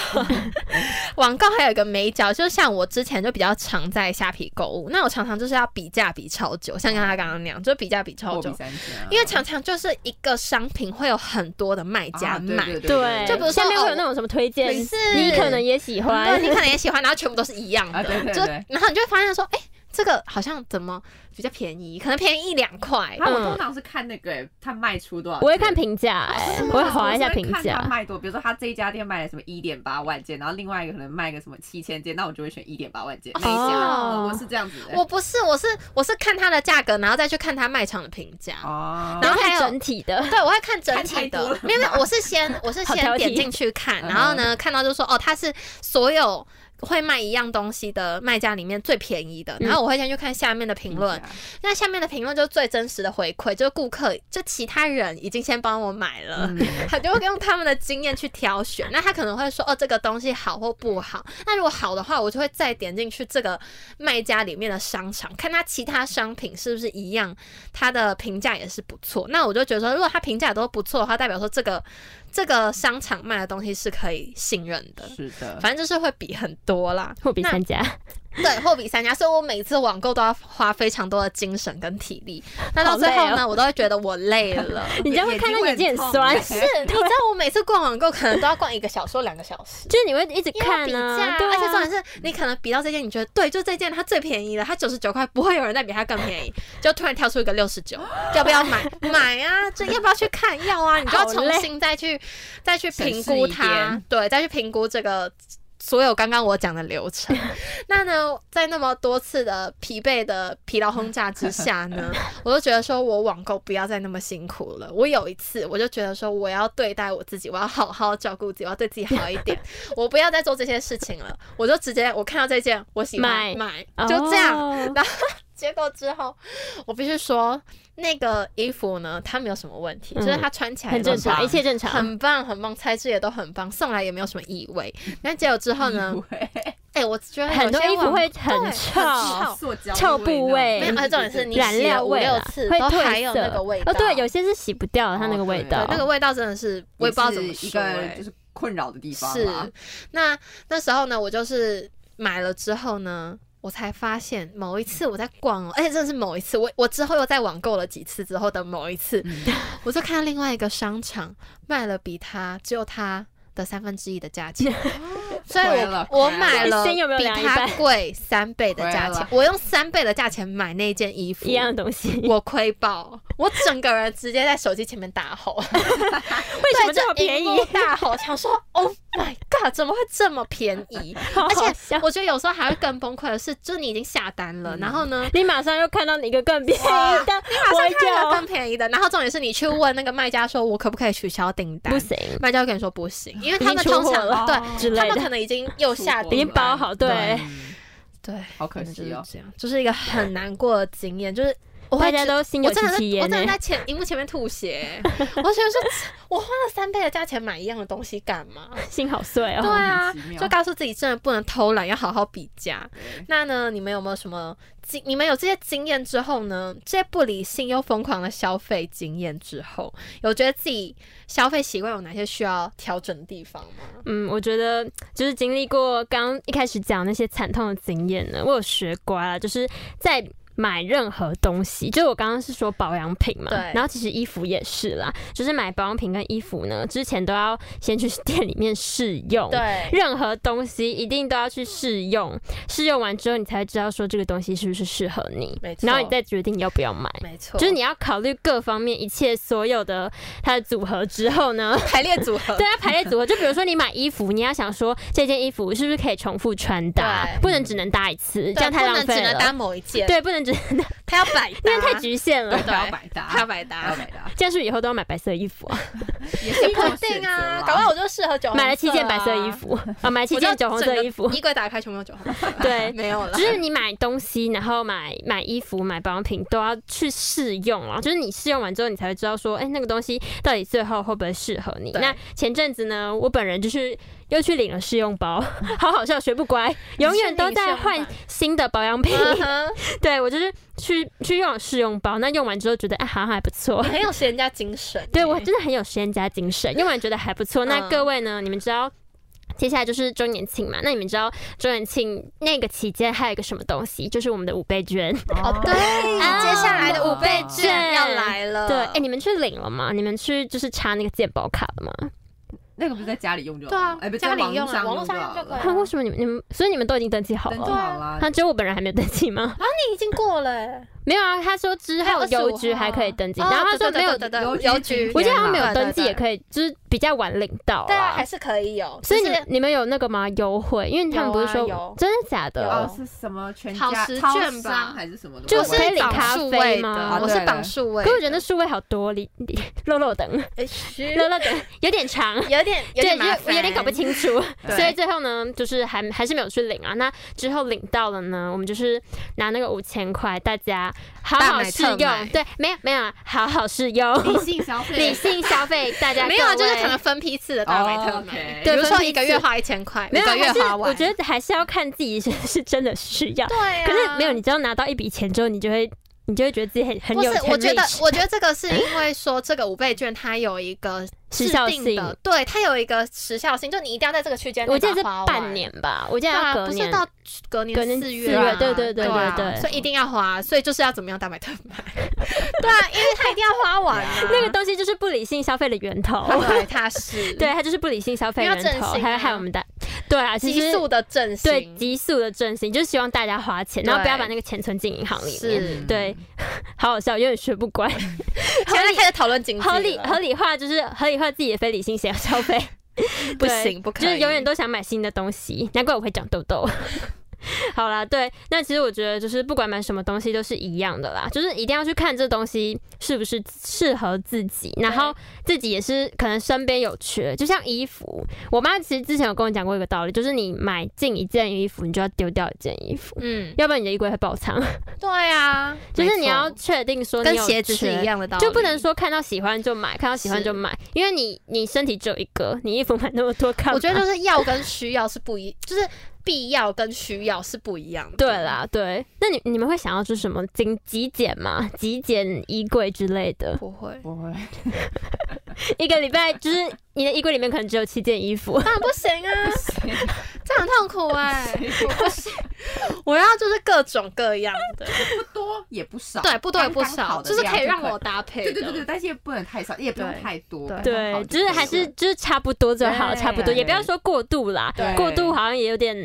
网购还有一个美角，就像我之前就比较常在虾皮购物，那我常常就是要比价比超久，像刚他刚刚那样，就比价比超
货比
久，
三家啊，
因为常常就是一个商品会有很多的卖家
啊对
卖，
对对
对，
就比如说
下面会
哦
有那种什么推荐，
你是
你可能也喜欢
对，你可能也喜欢，然后全部都是一样的，
啊对对
就
对
然后你就会发现说，哎、这个好像怎么比较便宜，可能便宜一两块，
哎那我通常是看那个欸它卖出多少钱，
我会看评价，
哦
哎，我会划一下评
我是会看它
价。
卖多，比如说他这一家店卖了什么一点八万件，然后另外一个可能卖个什么七千件，那我就会选一点八万件那一家。
哦
我是这样子的。
我不是，我是我是看它的价格，然后再去看它卖场的评价。
哦，
然后还
看
有
整体的，
对，我会看整
看太
体
多
的
了，
没有，没有，我是 先我是
好挑
先
剔
点进去看，
嗯
然后呢，看到就说哦，它是所有会卖一样东西的卖家里面最便宜的，
嗯
然后我会先去看下面的评
嗯
论，那下面的评论就是最真实的回馈，就是顾客就其他人已经先帮我买了，
嗯
他就会用他们的经验去挑选。那他可能会说哦，这个东西好或不好。那如果好的话，我就会再点进去这个卖家里面的商场，看他其他商品是不是一样，他的评价也是不错。那我就觉得说，如果他评价都不错的话，代表说这个这个商场卖的东西是可以信任的。
是的，
反正就是会比很多啦，
货比三家，
对，货比三家，所以我每次网购都要花非常多的精神跟体力。那到最后
好累
呢，我都会觉得我累 了。
你这样会看到眼睛很酸，
眼睛会很痛
是，你知道我每次逛网购可能都要逛一个小时或两个小时。
就是你会一直
因为要
看
比
啊，
价、
对啊
而且重点是你可能比到这件，你觉得对，就这件它最便宜了，它九十九块，不会有人再比它更便宜，就突然跳出一个六十九，要不要 买？买啊，这要不要去看？要啊，你就要
好
重
累
新再去再去
审
评
视
估
一
它
遍，
对，再去评估这个所有刚刚我讲的流 程。那呢，在那么多次的疲惫的疲劳轰炸之下呢，我就觉得说我网购不要再那么辛苦了。我有一次我就觉得说我要对待我自己，我要好好照顾自己，我要对自己好一点，我不要再做这些事情了。我就直接我看到这件我喜
买
欢买，就这样。
哦
然后结果之后，我必须说那个衣服呢，它没有什么问题，就是
嗯
它穿起来
很正常，
棒
一切正常。
很棒，很棒，材质也都很棒，送来也没有什么异味。那结果之后呢？ 哎、我觉得有
很多
些
衣服
网
会
对
很臭
哦臭。
塑胶
臭部位
没有，啊而重点是你
染
洗
料
了五
味
六
啦
次
会
都
褪
还有那
色
个味道。哦
哦，对，有些是洗不掉的它哦那个味
对
道，
那个味道真的是我也不知道怎么
一
说、
个
哎
就是困扰的地方
是
啦，
那那时候呢，我就是买了之后呢，我才发现某一次我在逛哦，而且真的是某一次，我我之后又在网购了几次之后的某一次，
嗯
我就看到另外一个商场卖了比它只有它的三分之一的价 钱，所以
亏了
我我
亏了
买了
先有没有
比
量一
它
半
贵三倍的价
亏
钱
了，
我用三倍的价钱买那件衣服
一，样的东西。
我亏爆，我整个人直接在手机前面大吼。
为什么这么便
对
宜
着？荧幕大吼， 想说 Oh my God，怎么会这么便宜？
好
而
好
且
笑！嗯
我觉得有时候还会更崩溃的是，就是你已经下单了，然后呢？
你马上又看到一个更便宜
哇
的，
你马上看到
我
更便宜的，然后重点是你去问那个卖家说，我可不可以取消订
就
单
不？行
卖家会跟你说不行，因为他
已
们
经出
通
货
常
了
对
哦
之
他
类
们可
的，
能已已经又下
出货
订
已经
单
包 好，对，
嗯
对，
好可
能就
惜
是
哦。
这样，就是一个很难过的经验，就是我
大
会
家
觉得
都心
我
有
真的
戚
是，
戚
我
焉欸
真的
呢
在。前荧幕前面吐血、欸我觉得说，我花了三倍的价钱买一样的东西干嘛？
心好碎
对
哦。
啊
莫名其，妙
就告诉自己真的不能偷懒，要好好比价。
对
那呢，你们有没有什么经？你们有这些经验之后呢？这些不理性又疯狂的消费经验之后，有觉得自己消费习惯有哪些需要调整的地方吗？
嗯，我觉得就是经历过刚刚一开始讲那些惨痛的经验呢，我有学乖了，就是在。买任何东西，就是我刚刚是说保养品嘛
对，
然后其实衣服也是啦，就是买保养品跟衣服呢，之前都要先去 店里面试用，
对，
任何东西一定都要去试用，试用完之后你才会知道说这个东西是不是适合你
没，错
然后你再决定要不要买。
没错，
就是你要考虑各方面一切所有的它的组合之后呢，
排列组 合。
对它排列组合。就比如说你买衣服，你要想说这件衣服是不是可以重复穿搭，
对
不能只能搭一次，
对，
这样太
不
浪
能
费
只能搭
了。
某一件，
对，不能只能搭，
它要百
因
搭，
为太局限了
啊
对，。还要百搭，
它要啊百
还
搭
要，百搭，
这样是不是以后都要买白色衣服啊？
也是一
不
种
一
选
定
择
啊
啦，
搞不好我就适合酒红色啊，
买了七件白色衣服啊，买了七
我就
件酒红
整
色
个
衣服，
衣柜哎打开全部都酒红色，
对，
没有了
就。是你买东西，然后买买衣服、买保养品都要去试用啊。就是你试用完之后，你才会知道说，哎、那个东西到底最后会不会适合你。
对
那前阵子呢，我本人就是又去领了试用包， 好好笑，学不乖，永远都在
你是
换
领
新的保养品。
嗯哼，
对我就是去去用了试用包，那用完之后觉得哎，好像还不错
你。很有实验家精神。
对我真的很有实验家精神，用完觉得还不错。那
嗯
各位呢？你们知道？接下来就是周年庆嘛，那你们知道周年庆那个期间还有一个什么东西，就是我们的五倍券。
哦，对，
啊
接下来的五倍券
对
要来了。
对，哎、你们去领了吗？你们去就是插那个健保卡了吗？
那个不是在家里用就好
对啊
哎，不是
家
在
里
网
用啊
上
网络上
就
用就可以
好
了
了
啊，为什么你们你们所以你们都已经登记好
登记
了？
好啦
他、。只有我本人还没有登记吗？
啊，你已经过了欸，
没有啊，他说之
还有
后
25
邮局还可以登记，
哦
然后
对
他说
对
没有，
对对对
邮局
邮局，
我记得好像没有
对
登记也
以。
可以，就是比较晚领到
对啊，
啦
还。是可以有，
所以你
就是
你们有那个吗？优惠？因为他们不是说
有啊有
真的假
有
的？
哦，是什么全
好
家
食
超
券吧
商还是什么的？
就
我
我
可以
是
领咖
绑数
啡
位
吗
的，
哦
我是
对了
绑数位的。
可我觉得数位好多，里里 肉肉等
哎
肉肉等有点长。
有点 有
对，
点
就
麻
是
烦，
有点搞不 清楚，
对
所以最后呢，就是还还是没有去领啊。那之后领到了呢，我们就是拿那个五千块，大家好
大
好
买
试
特买
用。对，没有没有啊，好好试用
理，性消费
理，性消费，大家
没有，啊，就
各位
是可能分批次的大买特
哦
买，
，OK
比如
对分
说
批
一个月
次
花一千块，
没
五
有，啊
个月
还是
花完。
我觉得还是要看自己是不是真的需要。
对啊，
可是没有，你只要拿到一笔钱之后，你就会你就会觉得自己很很
不是
有，钱。
我觉得，我觉得这个是因为说这个五倍券它有一个
时
制
效
定
性，
的，对，它有一个时效性，就你一定要在这个区间内
我记得
把
是
它花完
半，年吧，我记
对
得要
啊，
隔
不
年
是。到隔年
隔年
四
四
啊
月对对对
啊
对对
所以一定要花，所以就是要怎么样大买特 买，对啊，因为它一定要花完啊，
那个东西就是不理性消费的源头。
对，它是
对，它就是不理性消费
因为
源
要
头，
振兴啊
还有害我们的，对啊，其
急
实
速的振兴，
对急速的振兴，就是希望大家花钱，然后不要把那个钱存进银行里面。
嗯
是，嗯
对， 好好笑，有点学不乖。
现在开始讨论经济了，
合理合理化就是合理化自己的非理性消消费，
不
对
行，不可以，
就是永远都想买新的东西，难怪我会长痘痘。 好啦，对，那其实我觉得就是不管买什么东西都是一样的啦，就是一定要去看这东西是不是适合自己，然后自己也是可能身边有缺，就像衣服，我妈其实之前有跟我讲过一个道理，就是你买进一件衣服，你就要丢掉一件衣服，
嗯，
要不然你的衣柜会 爆仓。
对啊，
就是
没
你要
错
确定说你
跟
有
鞋子是
缺
一样的道理，
就不能。说看到喜欢就买，看到喜欢就买，因为你你身体只有一个，你衣服买那么多干嘛
我觉得就是要跟需要是不一，就是必要跟需要是不一样的。
对，啦，对。那你你们会想要就是什么精极简嘛，极简衣柜之类的，
不会，
不会，
一个礼拜就是你的衣柜里面可能只有七件 衣服，
当然不行啊，这样很痛苦哎、我不行， 我要就是各种各样的，
不多也不少，
对，不多也不
刚刚
少，
好的
就是
量
可以让
可
我搭配
对
的。
对对对，但是也不能太少，也不用
对
太多，
对
刚刚好
对，就是还
可以
是
了
就是差不多就好，
对
差不多，也不要说过度啦
对，
过度好像也有点，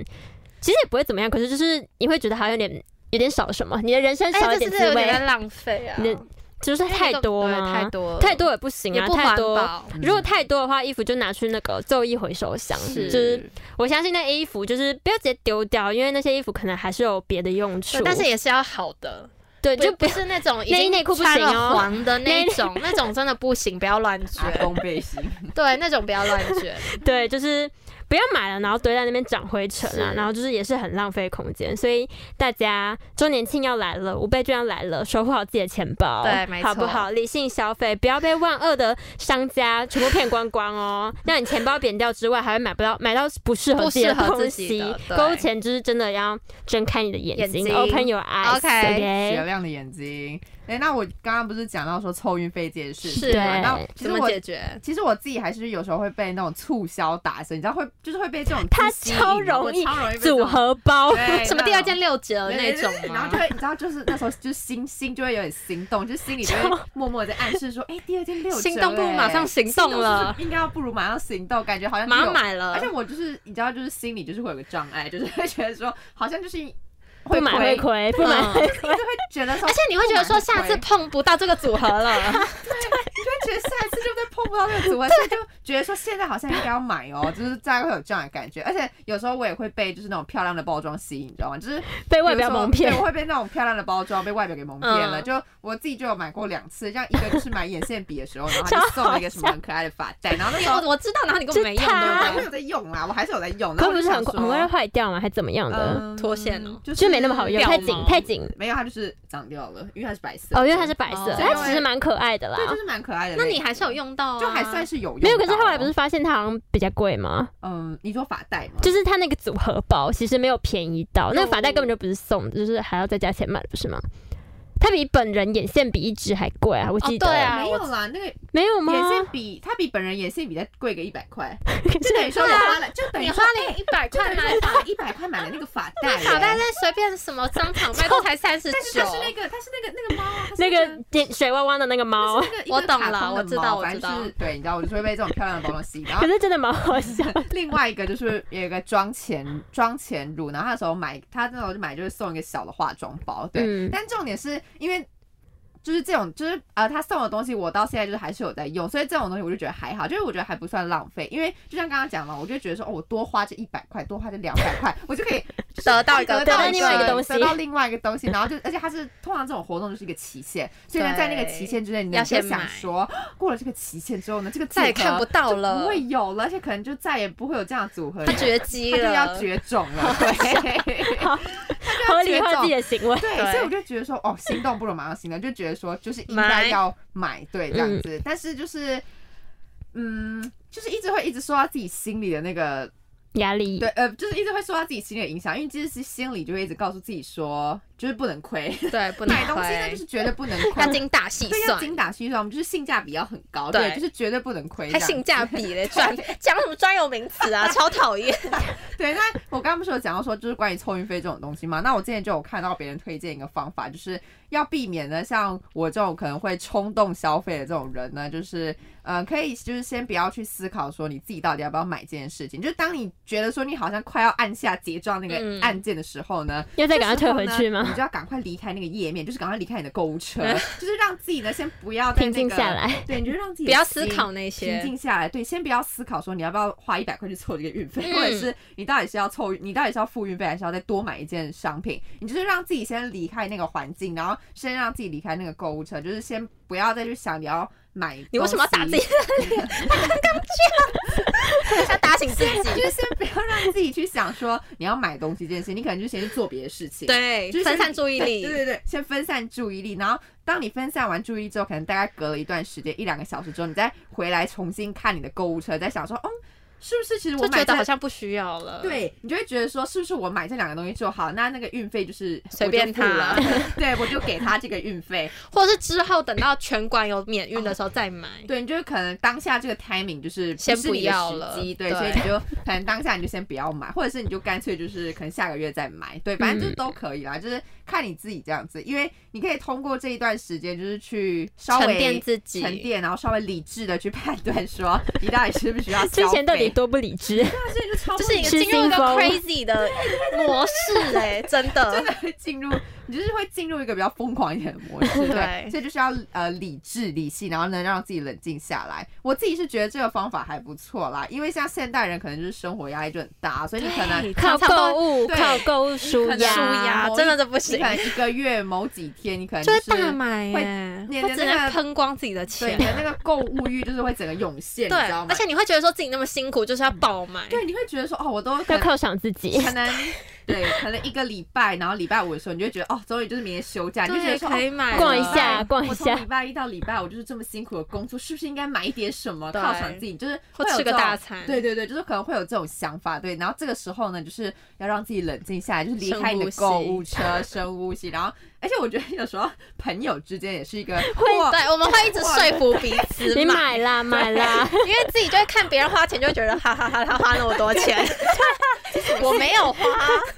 其实也不会怎么样，可是就是你会觉得好像有点有点少什么，你的人生少
哎，这
了点
是有
滋
点
味，
在浪费啊，
你的就是
因为
太
那个
多
对
吗？
太多了
太多也不行
也
啊，
不
太
环
多。
保。嗯
如
嗯
果太多的话，衣服就拿去那个旧衣回收箱，
是
就是我相信那衣服就是不要直接丢掉，因为那些衣服可能还是有别的用处
对。但是也是要好的，
对，
就
就不
不是那种已
内衣
经
内裤不
穿
行
了
哦
黄的那
内
一种，那种真的不行，不要乱
阿
捐。
公 背心，
对，那种不要乱捐。
对，就是不要买了，然后堆在那边长灰尘啊，
是
然后就是也是很浪费空间。所以大家周年庆要来了，五倍券要来了，守护好自己的钱包，
对没错
好不好？理性消费，不要被万恶的商家全部骗光光哦，让你钱包扁掉之外，还会买不到买到不适合
不
自己的
适合
东
自己
西
的。对
购物前就是真的要睁开你的眼
眼
睛
睛
o p e n your eyes。
OK 哎
雪亮的眼睛。哎，那我刚刚不是讲到说凑运费这件事情
是
吗？
对
那其
怎
实
么
我
解决？
其实我自己还是有时候会被那种促销打身，你知道会就是会被这种
它
吸引
超
我
容易
超容易被这种
组合包，
对
什么
那
第二
种
件六折
对
那种
对对然后
吗
就？会你知道，就是那时候就是心心就会有点心动，就是心里就会默默地在暗示说，哎、第二件六折、
心动不如
哎
马上行动了，
应该要不如马上行动，感觉好像就
马上
有。
买了嗯
而且。我就是你知道，就是心里就是会有个障碍，就是会觉得说，好像就是
不
会
买
亏
会亏，不买
嗯
会亏。
就会觉得 说，
而且你会觉得说下次
不买会亏
碰不到这个组合了，
就会觉得下一次就再碰不到那个组合，所以就觉得说现在好像应该要买 哦，就是大概会有这样的感觉。而且有时候我也会被就是那种漂亮的包装吸引，你知道吗？就是
被 外表
比如说
蒙骗
对我会被那种漂亮的包装、被外表给蒙骗了。
嗯
就我自己就有买过两次，像一个就是买眼线笔的 时候，然后
超
他
好
就送了一个什么很可爱的发带，然后那时候
我我知道，然后你根本没用，
就它
对
我还
不
没
对？
有在用啦，我还是有在用，然
可
后我
不
就是
很
想
很
说
快坏掉吗？还怎么样的？
嗯
脱线哦
就是
就没那么好用，
掉
太紧
毛
太紧
没有，它就是长掉了，因为它是白色
哦，因为它是白色
哦，
它其实蛮可爱的啦
对，。就是蛮可爱的那
那
个。
你还是有用用到、啊，
就还算是有用。
没有，可是后来不是，发现它好像比较贵吗？
嗯、你说发带吗？
就是它那个组合包其实没有便宜到，那个
嗯
发带
哦
根本就不是送的，就是还要再加钱买的，不是吗？它比本人眼线笔一支还贵啊！我记得、
哦对啊嗯
没有啦，那个
没有吗？
眼线笔，它比本人眼线笔再贵个一百块，
可
就等于
是
说我花了，就等于
啊你花
说
了一百块买
发一百块买了那个发带耶，
发带，在随便什么商场卖都才三十
但是
九
它。是那个，它是那个那个猫啊，它是
那
一
个点水汪汪的那个
它
猫
是，那个
我
一个
懂
卡
了
通的
我知道
猫
我
反
知
正就
道
是对，你知道，我就是会被这种漂亮的东西吸引，然后
可是真的蛮好 笑。
另外一个就是有一个妆前妆前乳，然后他那时候买，他那时候就买就是送一个小的化妆包，对。
嗯
但重点是因为就是这种就是呃他送的东西，我到现在就是还是有在用，所以这种东西我就觉得还好，就是我觉得还不算浪费，因为就像刚刚讲嘛，我就觉得说哦，我多花这一百 块，多花这两百块，我就可以
得到一个
得到
另外一个东西
得到另外一个东西，然后就而且它是通常这种活动就是一个期限，所以呢，
对
在那个期限之内，你
要
就
先
想
买
说过了这个期限之后呢，这个
再也
组合
看不到
就
了
不会有了，而且可能就再也不会有这样的组合了，
他绝迹
它就
了，
要绝种了，对，
合理化自己的行为。
对，
对
所以我就觉得说，哦，心动不如马上行动，就觉得说，就是应该
买
要买，对，这样子。但是就是，嗯，就是一直会一直受到自己心里的那个
压力
对，呃，就是一直会受到自己心理的影响，因为就是心里就会一直告诉自己说，就是不能亏，
对，不能
买东西那就
亏，
是绝对不能亏，
要精打细
对，要
算，
精打细算，我们就是性价比要很高，
对
对，就是绝对不能亏，
还性价
比。
比嘞，专讲什么专有名词 啊，超讨厌。
对，那我刚刚不是有讲到说，就是关于凑运费这种东西嘛？那我之前就有看到别人推荐一个方法，就是要避免呢，像我这种可能会冲动消费的这种人呢，就是呃，可以就是先不要去思考说你自己到底要不要买这件事情。就是当你觉得说你好像快要按下结账那
嗯
个按键的时候呢，
要再
这
赶快
时
退
候
回
呢
去吗
你？就要赶快离开那个页面，就是赶快离开你的购物 车，就是让自己呢先不要在
平静
那个
下来。
对，你就让自己
不
的
要
心
思考那些
平，静下来，对，先不要思考说你要不要花一百块去凑这个运费，
嗯
或者是你到底是要凑，你到底是要付运费，还是要再多买一件商品？你就是让自己先离开那个环境，然后先让自己离开那个购物车，就是先不要再去想你要买。
你为什么要打自己？ 的脸？他刚刚这样，要打醒自
就
己。
是先不要让自己去想说你要买东西这件事，你可能就先去做别的事情。
对
就是，先
分散注意
对
力，
对对对，先分散注意力，然后当你分散完注意力之后，可能大概隔了一段时间，一两个小时之后，你再回来重新看你的购物车，再想说，嗯，是不是其实我
就
买
觉
这
得好像不需要了。，
对你就会觉得说，是不是我买这两个东西就好？那那个运费就是
随便他
我就付了， 对我就给他这个运费。
或者是之后等到全馆有免运的时候再买。
对，你就可能当下这个 timing 就是
先
不是你
不
的
要
时
了
机对，
对
所以你就可能当下你就先不要买，或者是你就干脆就是可能下个月再买，对，反正就是都可以啦，
嗯
就是看你自己这样子，因为你可以通过这一段时间就是去稍微
沉淀自己
沉淀，然后稍微理智的去判断说你到底是不 是需要
之
消
前到底
费，
多不理智？
那所以就超
就
不
是
理
一个
智
进入一个
失心疯
crazy 的模式 哎、真
真
的
的会进入， 你就是会进入一个比较疯狂一点的模式，对，
对
所以就是要呃理智理性，然后呢让自己冷静下来。我自己是觉得这个方法还不错啦，因为像现代人可能就是生活压力就很大，所以你可能
对
靠
常常
购
都
物，
对
靠购物舒
可能
舒
压。
压
某一
真的这不
你
行
可，能一个月某几天，你可能
就是大买
会
哎、
你
他
的
只
那
能
个
喷光自己的
对
钱
你，的那个购物欲就是会整个涌现，你
对
知道，吗
而？且你会觉得说自己那么辛苦，就是要爆买，
对，你会觉得说哦，我都可
要
能
犒赏自己，
可能对，可能一个礼拜，然后礼拜五的时候，你就会觉得哦，终于就是明天休假，你就觉
对，
得说哦
可以买了
逛一下逛一
我
下
从礼拜一到礼拜五就是这么辛苦的工作，是不是应该买一点什么
对
犒赏自己？就是
或
会有
吃个
这种
大餐
对对对，就是可能会有这种想法，对。然后这个时候呢，就是要让自己冷静下来，就是离开你的
深呼
购
吸
物车， 深呼吸。然后，而且我觉得有时候朋友之间也是一个哇
对，我们会一直说服彼 此
你
买，
买啦买啦，
因为自己就会看别人花钱，就会觉得哈哈哈，他花那么多 钱，我没有花，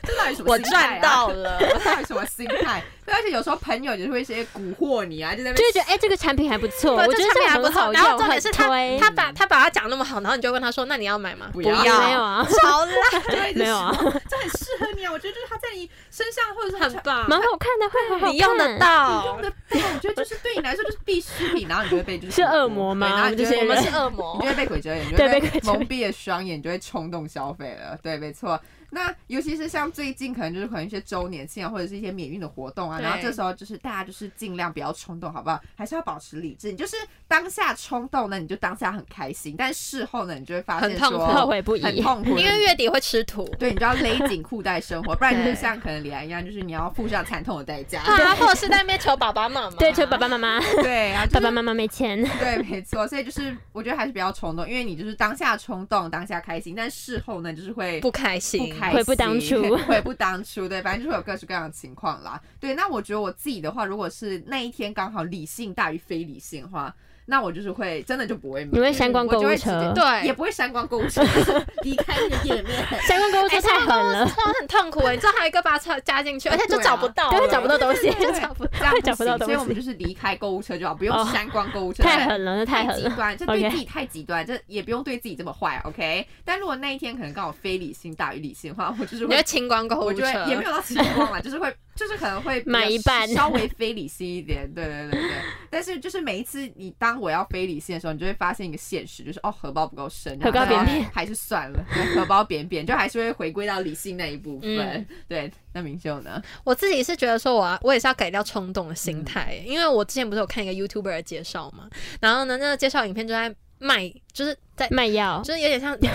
这到底什么
我
心态
赚
啊
到了。
这到底什么心态？对，而且有时候朋友也会一些蛊惑你啊，就在那边
就会觉得哎，这个产品还不错，我
对，这
觉得
产品
这
还
个
不
很
错。
好
然后
用，
重
很
点是他
推。
他把他把它讲那么好，然后你就问他说：“那你要买吗？”
不要
要，
没有啊，
超烂，
对
没有啊，
就是这很适合你啊。我觉得就是他在你身上，或者是他
很棒，
蛮好看的，会很好
嗯
看。
你用得到
用。的对，我觉得就是对你来说就是必需品，然后你就会被就是
是恶魔吗
对然后你就
我
我
会
们这些
们
人
是恶魔
你就，会被鬼遮眼，你就
对
会
被鬼
被
遮眼
蒙蔽了双眼，你就会冲动消费了。对，没错。那尤其是像最近可能就是可能一些周年庆啊，或者是一些免运的活动啊，
对
然后这时候就是大家就是尽量不要冲动，好不好？还是要保持理智。你就是当下冲动呢，你就当下很开心，但事后呢，你就会发现
很痛苦
说
后悔不已
很痛 苦，
因为月底会吃 土。
对，你就要勒紧裤带生活，不然就是像可能李安一样，就是你要付上惨痛的代 价。
啊，或者是在那边求爸爸妈妈，
对，求爸爸妈妈，
嗯
对，然后就是
爸爸妈妈没钱，
对，没错，所以就是我觉得还是不要冲动，因为你就是当下冲动，当下开心，但事后呢，就是会
不开心，
不开心，
悔不当初
悔不当初，对，反正就是有各式各样的情况啦。对，那我觉得我自己的话，如果是那一天刚好理性大于非理性的话，那我就是会真的就不会买，嗯
你会删光
我就
购物
会直接
车
对
也不会删光购物 车，就是离开那个页面。
相关购物
哎
车太狠了，
超很痛苦哎，你知道还有一个把它插加进去，而且 就
对啊
找不到了，
对，会找不到东西，
对
找不到
这样
找不
不行，
到东
所以我们就
西
是离开购物车就好，不用
哦
删光购物
哎
车。
太
对
狠了，那太
太
狠
极
了。
端，这对
OK
自己太极端，这也不用对自己这么坏，OK？但如果那一天可能刚好非理性大于理性的话，我就是
你会
会，
清光购
我
物
就
车，
会也没有到情况啦，就是会，就是可能会比较
买一半
稍微非理性一点，对对对对。但是就是每一次你当我要非理性的时候，你就会发现一个现实，就是哦，荷包不够深，
荷包
然后哎
扁扁，
还是算了，对荷包扁扁，就还是会回归到理性那一部分。
嗯
对，那明秀呢？
我自己是觉得说我要，啊我也是要改掉冲动的心态、因为我之前不是有看一个 YouTuber 的介绍嘛，然后呢，那个介绍影片就在卖，就是在。
卖药，
就是有点像
电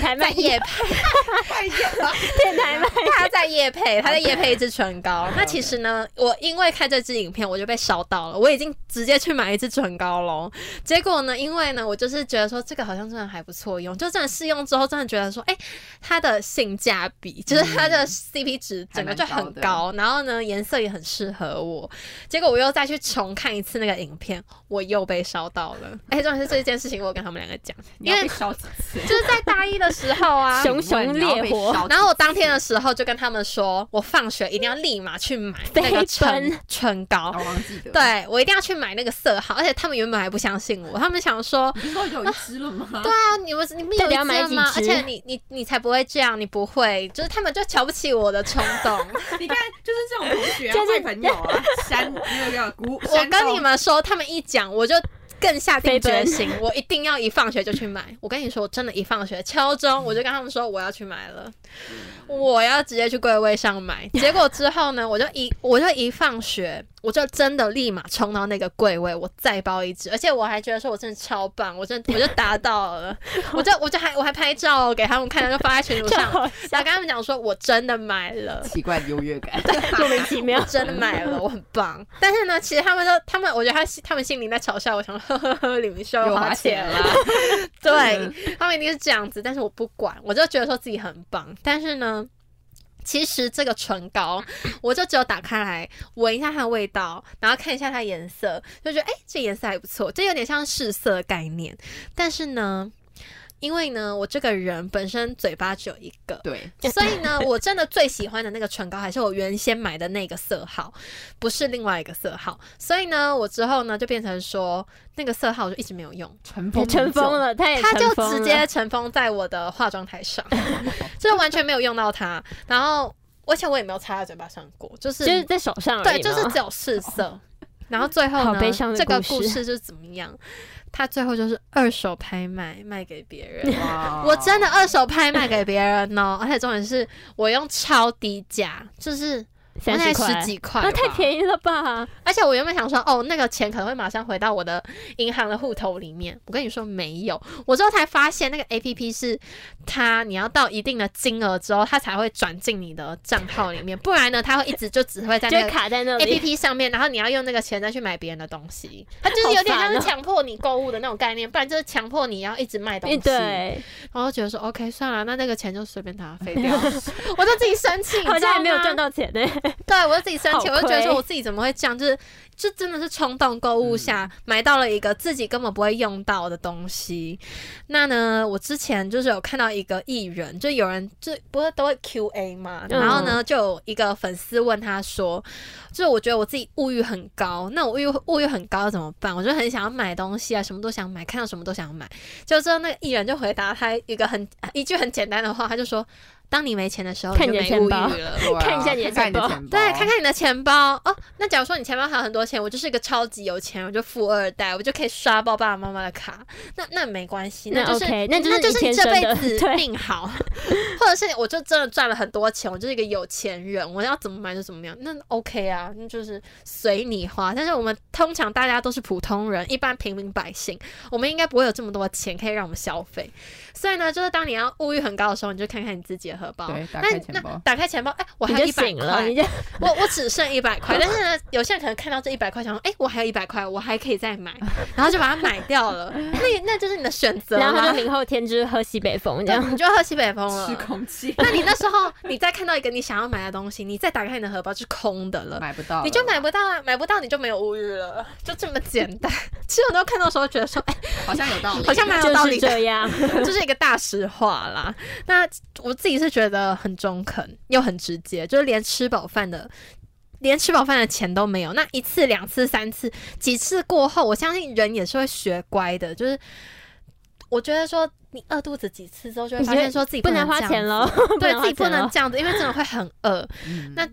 台
在
卖药，
夜配，
快点吧，
电台卖
他在夜配，他在夜配一支唇膏。那其实呢，我因为看这支影片，我就被烧到了，我已经直接去买一支唇膏喽。结果呢，因为呢，我就是觉得说这个好像真的还不错用，就真的试用之后，真的觉得说，哎、它的性价比，就是它的 CP 值整个就很
嗯还蛮
高
高，
然后呢，颜色也很适合我。结果我又再去重看一次那个影片，我又被烧到了。而且重点是这件事情，我有跟他们两个讲，
你
因
要
为
被烧几次？
就是在大一的时候啊，
熊熊
你要被
烈火
烧几
然后我当
次
天的时候就跟他们说，我放学一定要立马去买那个
飞
唇
奔
唇膏
我，忘记得。，
对我一定要去买那个色号。而且他们原本还不相信我，他们想说。
你不是说有一只了 吗？
对啊，你们你们有
到底要
一
买
支
几
吗？而
支
且你你你才不会这样，你不会，就是他们就瞧不起我的冲动。
你看，就是这种同学、啊、
就是
坏朋 友啊，山那个鼓，
我
山
跟
洞
你们说，他们一讲我就更下定
飞
决
奔
心，我一定要一放学就去买。我跟你说，我真的，一放学敲钟，我就跟他们说我要去买了，我要直接去柜位上买。结果之后呢，我就一我就一放学，我就真的立马冲到那个柜位，我再包一支，而且我还觉得说我真的超棒，我真的我就达到了，我就我就还我还拍照给他们看，就发在群组
就
上，
好
然后跟他们讲说我真的买了。
奇怪的优越 感，
莫名其妙
我。真的买了，我很棒。 但是呢，其实他们都，他们我觉得他心他们心里在嘲笑我，想说呵呵 呵，李明秀又
又
花
花
钱
钱
了。嗯
了。
对他们一定是这样子，但是我不管，我就觉得说自己很棒。但是呢，其实这个唇膏，我就只有打开来闻一下它的味道，然后看一下它的颜色，就觉得哎、这颜色还不错，这有点像试色的概念。但是呢。因为呢，我这个人本身嘴巴只有一个，
对，
所以呢，我真的最喜欢的那个唇膏还是我原先买的那个色号，不是另外一个色号。所以呢，我之后呢就变成说那个色号我就一直没有用，
尘
也
封
尘封，了，他也
它就
哎尘封
直
了
接尘封在我的化妆台上， 就是完全没有用到它。然后，而且我也没有擦在嘴巴上过，就是
就是在手上而
对，
已
就是
嘛
只有试 色。然后最后呢，
好悲伤的
这个
故
故
事
事是怎么样？它最后就是二手拍卖，卖给别人。
哇
我真的二手拍卖给别人哦， 而且重点是我用超低价，就是
三
才
十块
十，几块，
那啊太便
啊宜。
宜了吧？
而且我原本想说，哦，那个钱可能会马上回到我的银行的户头里面。我跟你说没有，我之后才发现那个 A P P 是它，你要到一定的金额之后，它才会转进你的账号里面，不然呢，它会一直就只会在
就
那个
卡在那
A
里
P。P 上面，然后你要用那个钱再去买别人的东西，它就是有点像是
好烦哦
强迫你购物的那种概念，不然就是强迫你要一直卖东西。
嗯对，
然后觉得说 OK 算了，那那个钱就随便他飞掉， 我就自己生 气，
好像也没有赚
到，
到钱呢。
对我就自己生气，
好
我就觉得说
亏嗯
我自己怎么会这样，就是这真的是冲动购物下、买到了一个自己根本不会用到的东西。那呢，我之前就是有看到一个艺人，就有人就不是都会 Q&A 嘛，
嗯
然后呢就有一个粉丝问他说，就是我觉得我自己物欲很高，那我物欲物欲很高怎么办？我就很想要买东西啊，什么都想买，看到什么都想买。就之后那个艺人就回答他一个很一句很简单的话，他就说：“当你没钱的时候，
看
你就
你的
没物
钱包
欲了。
对啊
看一下你的
看看
钱包
钱包，
对，看看你的钱包哦。那假如说你钱包还有很多钱，我就是一个超级有钱，我就富二代，我就可以刷爆爸爸妈妈的卡。那那没关系，
那
就是
OK，那
那
就是
就是
你天
你这
生
辈
的
子
对
命好， 或者是我就真的赚了很多钱，我就是一个有钱人，我要怎么买就怎么样，那 OK 啊，那就是随你花。但是我们通常大家都是普通人，一般平民百姓，我们应该不会有这么多钱可以让我们消费。所以呢，就是当你要物欲很高的时候，你就看看你自己的荷包。
对打
那
开钱
那
包
打开钱包，哎、我
你
还有
就
一百
醒了，
块
你， 就
我我只剩一百块，但是呢，有些人可能看到这一百块，想说，哎、我还有一百块，我还可以 再买，然后就把它买掉了。那那就是你的选择
然后他
啦
就明后天就是喝西北风这样。
对你就喝西北风
吃
了。
空气
那你那时候，你再看到一个你想要买的东西，你再打开你的荷包是空的了，
买不到了，
你就买不到啊，买不到你就没有物欲了，就这么简单。 其实我都看到的时候觉得说，哎、
好像有道理，
好像蛮有道
就是
理的，
这样，
这是一个大实话啦。那我自己是觉得很中肯又很直接，就是连吃饱饭的。连吃饱饭的钱都没有，那一次、两次、三次、几次过后，我相信人也是会学乖的。就是我觉得说，你饿肚子几次之后，就会发现说自己
不
能
能花
这样
钱
子
喽，
对
花
自己不
钱
能
喽
这样子，因为真的会很饿。
嗯
那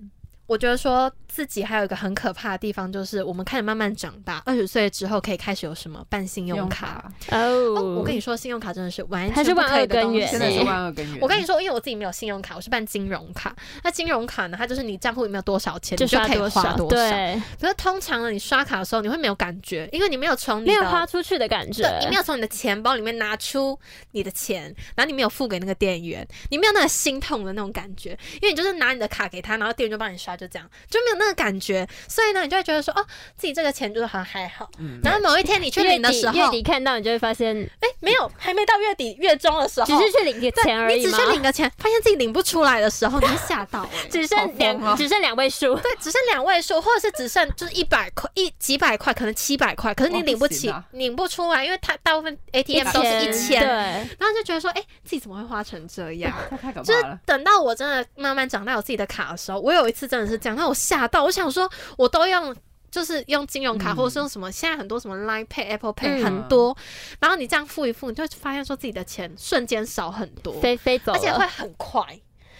我觉得说自己还有一个很可怕的地方，就是我们开始慢慢长大，二十岁之后可以开始有什么办信用卡。
哦。
哦，我跟你说，信用卡真的是完
它
全
是
不
万
可以
恶
的
根
东
源
西
真的是万恶根源。
我跟你说，因为我自己没有信用卡，我是办金融卡。那金融卡呢，它就是你账户里面有多少钱，
就
你就
刷
可以
多
花
少，
多少。嗯
对，
可是通常呢，你刷卡的时候，你会没有感觉，因为你没有从你
没有
的
花出去的感觉，
对，你没有从你的钱包里面拿出你的钱，然后你没有付给那个店员，你没有那个心痛的那种感觉，因为你就是拿你的卡给他，然后店员就帮你刷，就这样，就没有那个感觉。所以呢，你就会觉得说，哦，自己这个钱就是好像还好。
嗯，
然后某一天你去
月
领的
底
时
月
候，
底看到你就会发现，
哎，没有，还没到月底月中的时候，
嗯只是去领个钱而
哦你
已
只
吗
去？领个钱，发现自己领不出来的时候，你会吓到、欸。
只
好
剩
疯
两、
哦
只剩两位数，
对，只剩两位数，或者是只剩就是一百块、一几百块，可能七百块，可是你
哇
领不
不行
起
啊，
领不出来，因为它大部分 ATM
千
都是一千，
对，
然后就觉得说，哎、自己怎么会花成这样？
太太可
就是
怕了，嗯
等到我真的慢慢长大有自己的卡的时候，我有一次真的是这样，那我吓到，我想说，我都用就是用金融卡，
嗯
或者是用什么，现在很多什么 Line Pay、Apple Pay
嗯
很多，然后你这样付一付，你就会发现说自己的钱瞬间少很多，
飞飞走
哦而且会
了，
很快。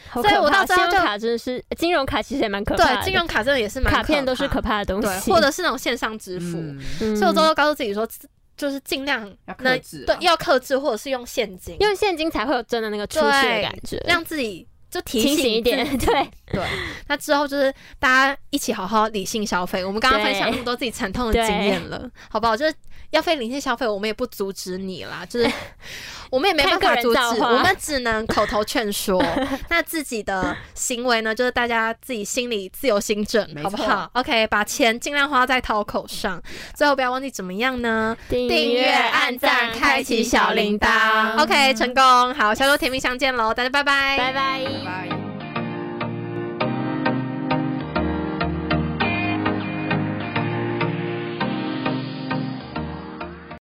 好
所以
可
我
怕
到时候
信用
就
卡真的是金融卡，其实也蛮可怕的，
对，金融卡真的也是蛮
卡片都是
可
可怕的东
对，
西，
或者是那种线上支付。
嗯
嗯
所以我都告诉自己说，就是尽量
要克
能
制啊
对，要克制，或者是用现金，
用现金才会有真的那个出去的感觉，
让自己就提
清醒一点
自 己
对
对，那之后就是大家一起好好理性消费。我们刚刚
对
分享那么多自己惨痛的经验了，好不好？就是要非理性消费，我们也不阻止你啦，就是我们也没办法阻止，
看个人造化
我们只能口头劝说。那自己的行为呢，就是大家自己心里自由心证，
没
好不
错
好？OK，把钱尽量花在刀口上，最后不要忘记怎么样呢？订阅、按赞、开启小铃铛。OK，成功。好，下周甜蜜相见喽，大家拜拜，
拜拜。
拜。